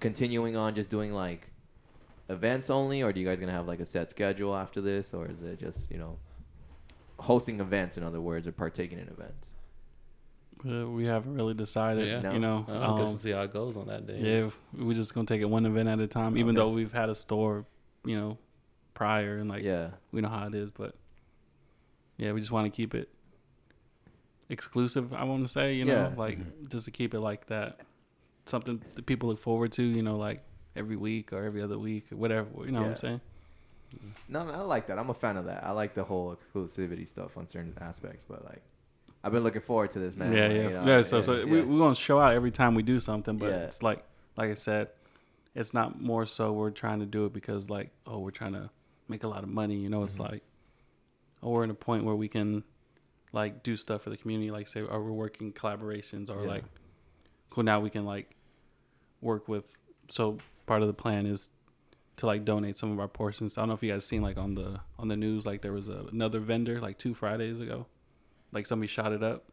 continuing on, just doing like events only, or do you guys gonna have like a set schedule after this, or is it just you know hosting events, in other words, or partaking in events? Uh, we haven't really decided. Yeah. You know, I guess um, to see how it goes on that day. yeah, we're just gonna take it one event at a time. Even Okay. though we've had a store, you know, prior and like yeah, we know how it is, but yeah, we just want to keep it exclusive. I want to say, you know, Yeah. Mm-hmm. like just to keep it like that, something that people look forward to, you know, like every week or every other week, or whatever. You know what Yeah. I'm saying? No, no, I like that. I'm a fan of that. I like the whole exclusivity stuff on certain aspects, but like, I've been looking forward to this, man. yeah, Like, yeah, you know, yeah. So, yeah, so yeah. we we gonna show out every time we do something, but Yeah. it's like, like I said, it's not more so we're trying to do it because like, oh, we're trying to make a lot of money. You know, it's Mm-hmm. like, oh, we're in a point where we can, like, do stuff for the community. Like, say, or we're working collaborations, or Yeah. like, cool, now we can like, work with. So part of the plan is to like donate some of our portions. I don't know if you guys seen like on the on the news like there was a, another vendor like two Fridays ago, like somebody shot it up.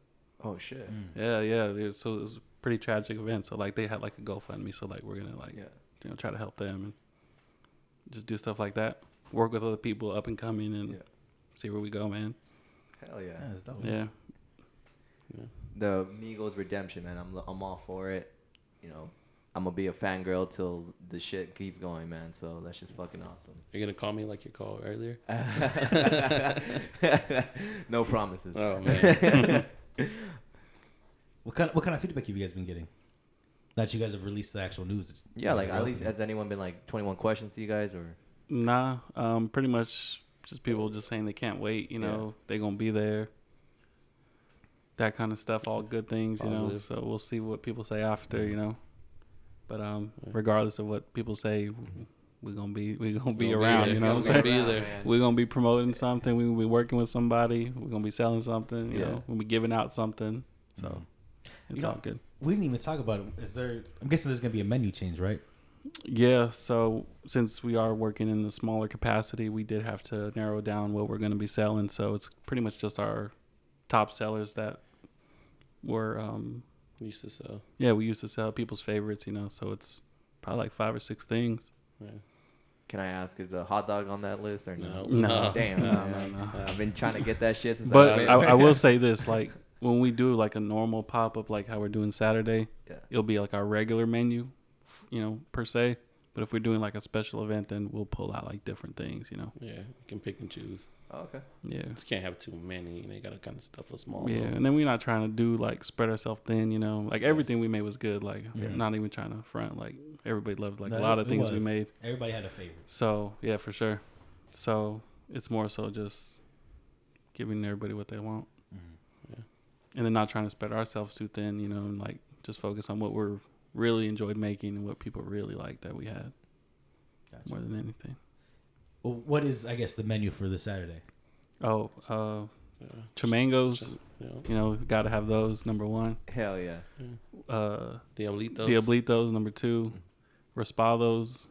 oh shit, Yeah, yeah. there's- So it was a pretty tragic event. So like they had like a GoFundMe. So like we're gonna like yeah, you know try to help them and just do stuff like that. Work with other people up and coming and Yeah. see where we go, man. hell yeah. Yeah, it's Oh, dope. Yeah, The Migos redemption, man. I'm I'm all for it. You know, I'm gonna be a fangirl till the shit keeps going, man. So that's just fucking awesome. You're going to call me like you called earlier? no promises. Oh, man. What kind? Of, what kind of feedback have you guys been getting? That you guys have released the actual news. yeah, like at Open. least has anyone been like 21 questions to you guys or? nah. Um, pretty much just people just saying they can't wait. You Yeah. know they gonna be there. That kind of stuff. All good things, you know. Positive. So we'll see what people say after, you know. But um, Yeah. regardless of what people say, we're gonna be we're gonna be We'll be around. there. you know what I'm We'll saying? be there. We're gonna be promoting something. We're gonna be working with somebody. We're gonna be selling something. You Yeah. know, we'll be giving out something. So Mhm. it's You all know- good. we didn't even talk about it. Is there? I'm guessing there's gonna be a menu change, right? Yeah. So since we are working in a smaller capacity, we did have to narrow down what we're gonna be selling. So it's pretty much just our top sellers that were um used to sell. yeah we used to sell people's favorites. You know, so it's probably like five or six things. Yeah. Can I ask, is a hot dog on that list or no? No. No. Damn. No, man. no, no. I've been trying to get that shit since But I, I, I will say this: like when we do like a normal pop up, like how we're doing Saturday, Yeah. it'll be like our regular menu, you know, per se. But if we're doing like a special event, then we'll pull out like different things, you know. Yeah. You can pick and choose. okay. Yeah, Just can't have too many. And they got to kind of stuff a small. yeah. little- And then we're not trying to do like spread ourselves thin, you know. Like everything we made was good. Like Yeah. not even trying to front. Like everybody loved like No, a lot it- of it things we was. made. Everybody had a favorite. So yeah, for sure. So it's more so just giving everybody what they want, Yeah. and then not trying to spread ourselves too thin, you know, and like just focus on what we're really enjoyed making and what people really like that we had Gotcha. more than anything. what is I guess the menu for this Saturday? Oh, uh, Yeah. Chimangos. You know, You know, got to have those. Number one. Hell yeah. Uh, Diablitos. Diablitos. Number two. Mm-hmm. Raspados.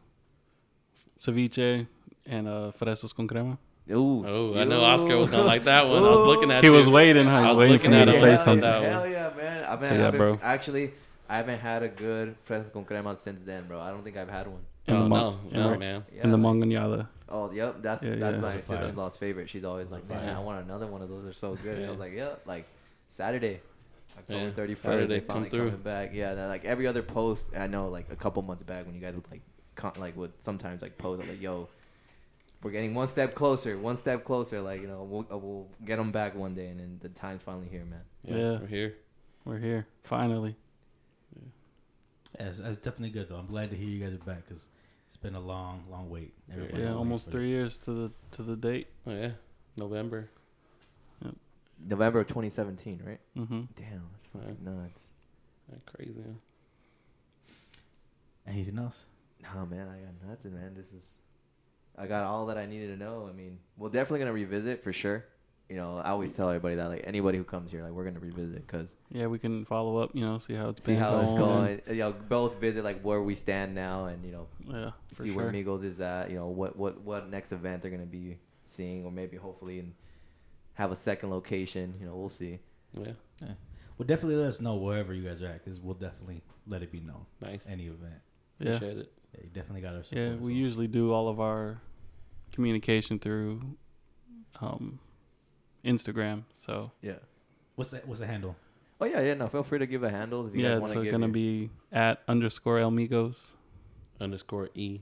Ceviche and uh, fresas con crema. Ooh. Oh, I know Oscar was gonna like that one. I was looking at He you. was waiting. huh? He I was was waiting for looking me at to him. say Yeah, something. that Hell yeah, man. I mean, Say that, I've been, bro. Actually, I haven't had a good fresas con crema since then, bro. I don't think I've had one. And Oh, no, the mon- no, and the- man. Yeah, and the like- manganada. Oh, yep. That's Yeah, that's my yeah. Those are fire. sister in law's favorite. She's always like, man, Yeah. I want another one of those. They're so good. And I Yeah. was like, yeah, like Saturday, October Yeah, thirty first. Saturday, they come finally through. coming back. Yeah, they're like every other post. I know, like a couple months back when you guys would like, con- like would sometimes like post I'm like, yo, we're getting one step closer, one step closer. Like you know, we'll uh, we'll get them back one day, and then the time's finally here, man. Yeah, Yeah. we're here. We're here finally. Yeah, it's, it's definitely good though. I'm glad to hear you guys are back because it's been a long, long wait. Everybody's yeah, waiting almost for three this. years to the to the date. Oh yeah, November. November of 2017, right? Mm-hmm. Damn, that's fucking nuts. That crazy. huh? Anything else? Nah, man, I got nothing, man. This is, I got all that I needed to know. I mean, we're definitely gonna revisit for sure. You know, I always tell everybody that, like anybody who comes here, like we're gonna revisit because Yeah, we can follow up. You know, see how it's see been how it's going. going. You know, both visit like where we stand now, and you know, Yeah, for see sure. where Migos is at. You know, what what what next event they're gonna be seeing, or maybe hopefully and have a second location. You know, we'll see. Yeah, Well, definitely let us know wherever you guys are at because we'll definitely let it be known. nice. Any event, yeah, Appreciate it. yeah, you definitely got our support. yeah. as well. We usually do all of our communication through um, Instagram. So Yeah. What's that? What's the handle? Oh yeah, yeah. No, feel free to give a handle if you yeah, guys it's want uh, to give. gonna your- be at underscore El Migos. Underscore E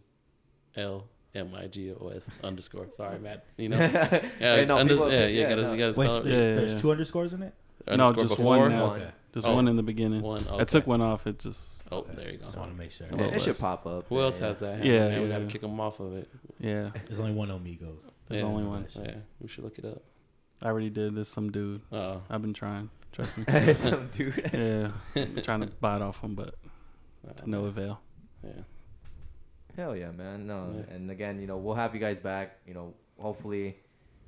L M I G O S underscore. Sorry, Matt. You know. Yeah, Hey, no, unders- people- yeah, yeah, yeah, gotta, no. you gotta Wait, spell there's, it. yeah, there's yeah. two underscores in it. No, Underscore just before? one now. One. Just Oh. one in the beginning. One. I took okay. one off. It just Oh, there you go. Just want to make sure. Someone- Yeah, it Well, should that's- pop up. Who else Yeah. has that? Yeah, Yeah, man, we gotta yeah. kick them off of it. yeah. There's only one Omigos. There's Yeah. only one. Yeah, we should look it up. I already did. There's some dude. Oh, I've been trying. Trust me. Some dude. yeah, trying to buy it off him, but oh, to no avail. Yeah, Hell yeah, man. No, Yeah. and again, you know, we'll have you guys back. You know, hopefully,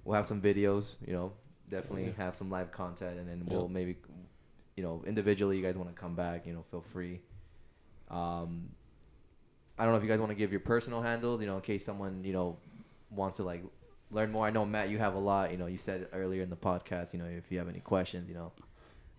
we'll have some videos. You know, definitely Yeah. have some live content, and then Yeah. we'll maybe, you know, individually, you guys want to come back. You know, feel free. Um, I don't know if you guys want to give your personal handles. You know, in case someone you know wants to like learn more. I know Matt, you have a lot. You know, you said earlier in the podcast. You know, if you have any questions, you know.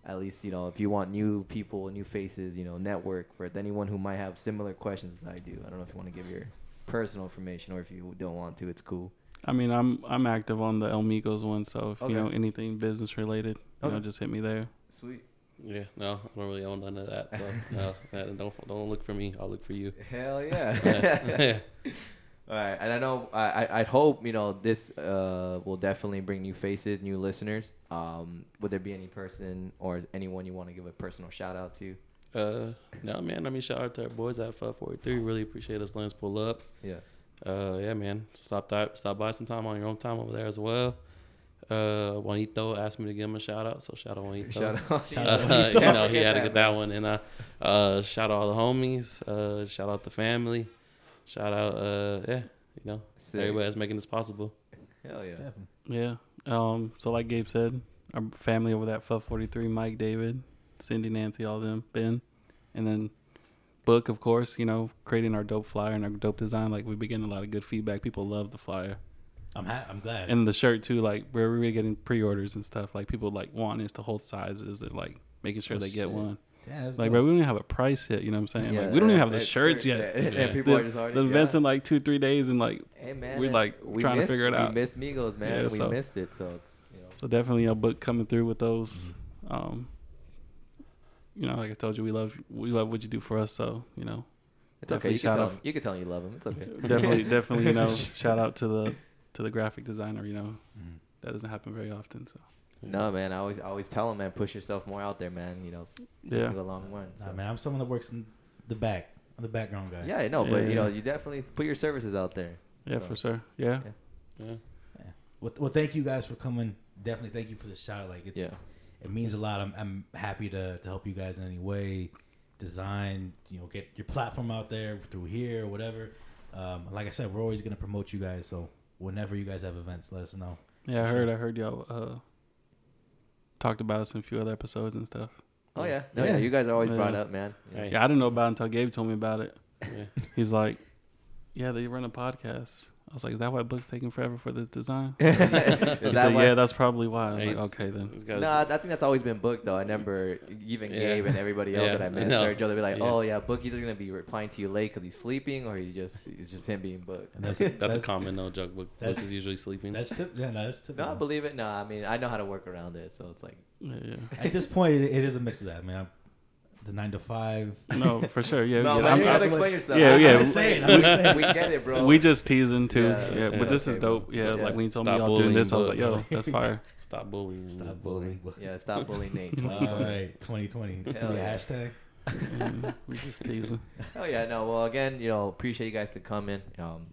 At least you know if you want new people, new faces, you know, network for anyone who might have similar questions as I do. I don't know if you want to give your personal information or if you don't want to, it's cool. I mean, I'm I'm active on the El Migos one, so if Okay. you know anything business related, you know, Okay. just hit me there. Sweet. yeah. No, I don't really own none of that. So no, man, don't don't look for me. I'll look for you. Hell yeah. yeah, All right, and I know I I I'd hope you know this uh will definitely bring new faces, new listeners. Um, would there be any person or anyone you want to give a personal shout out to? Uh, no, man. I mean, shout out to our boys at Five Forty Three. Really appreciate us letting us pull up. Yeah. Uh, yeah, man. Stop that. Stop by sometime on your own time over there as well. Uh, Juanito asked me to give him a shout out, so shout out Juanito. Shout out. Shout Uh, out Juanito. you know, he had to get that one. And uh, uh, shout out all the homies. Uh, shout out the family. Shout out, uh, yeah, you know, Sick. everybody that's making this possible. Hell yeah. Definitely. Yeah. Um. So like Gabe said, our family over that Fuff 43, Mike, David, Cindy, Nancy, all them, Ben, and then Book, of course. You know, creating our dope flyer and our dope design. Like we've been getting a lot of good feedback. People love the flyer I'm ha- I'm glad. and the shirt too. Like we're really getting pre-orders and stuff. Like people like wanting us to hold sizes and like making sure Oh, they shit. get one. yeah, that's Like, dope. bro, we don't even have a price yet. You know what I'm saying? Yeah, like, we don't even yeah, have the that shirts yet. And Yeah. people are The- just already. the event's yeah. in like two, three days, and like, Hey man, we, uh, like, trying to missed- figure it out. We missed Migos, man. Yeah, we so- missed it, so it's you know. so definitely a book coming through with those. Um, you know, like I told you, we love we love what you do for us. So you know, It's okay. Definitely You can, shout tell out. him, you can tell him you love him. It's okay. definitely, definitely, you know, shout out to the to the graphic designer. You know, Mhm. that doesn't happen very often. So No, man. I always, I always tell him, man, push yourself more out there, man. You know, yeah, go a long way. Nah, so. man, I'm someone that works in the back. I'm the background guy. Yeah, I know, but you know, Yeah. you definitely put your services out there. yeah, So, for sure. Yeah, yeah. Yeah. Well, well, thank you guys for coming. Definitely, thank you for the shout. Like it's, Yeah. it means a lot. I'm, I'm happy to, to help you guys in any way, design, you know, get your platform out there through here or whatever. Um, like I said, we're always gonna promote you guys, so whenever you guys have events, let us know. Yeah, I heard. I heard y'all uh, talked about us in a few other episodes and stuff. Oh yeah, no, yeah. Yeah. You guys are always brought Yeah. up, man. Hey. Yeah, I didn't know about it until Gabe told me about it. Yeah. He's like, "Yeah, they run a podcast." I was like, "Is that why book's taking forever for this design?" Is He that said, why- "Yeah, that's probably why." I was Hey, like, "Okay then." This No, guy's- I think that's always been booked though. I remember even Yeah. Gabe and everybody else Yeah, that I I met, know. Sergio, they'd be like, Yeah. "Oh yeah, book either gonna be replying to you late because he's sleeping, or he just it's just him being booked." And that's that's, that's, a common no joke book. This that's- is usually sleeping. that's tip, yeah, no, that's no, I typical. believe it. No, I mean I know how to work around it, so it's like Yeah, yeah. At this point, it, it is a mix of that. I mean, I'm, the nine to five. No, for sure. Yeah, no, yeah, but I'm- you gotta I'm- explain yourself. yeah, yeah. I'm just saying. I'm just saying. we get it, bro. We just teasing too. Yeah. Yeah, Yeah. but this is Okay, bro. dope. Yeah, Yeah. like when you told Stop me y'all doing bullying this, I was Book. like, yo, that's fire. Stop bullying. Stop bullying. yeah, stop bullying Nate. All right, 2020. It's gonna be a Hell yeah. hashtag. Mm, we just teasing. Oh yeah, no. Well, again, you know, appreciate you guys to come in. Um,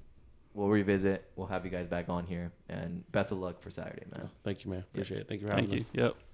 we'll revisit. We'll have you guys back on here, and best of luck for Saturday, man. Thank you, man. Appreciate it. Thank you for having Thank you. us. Yep.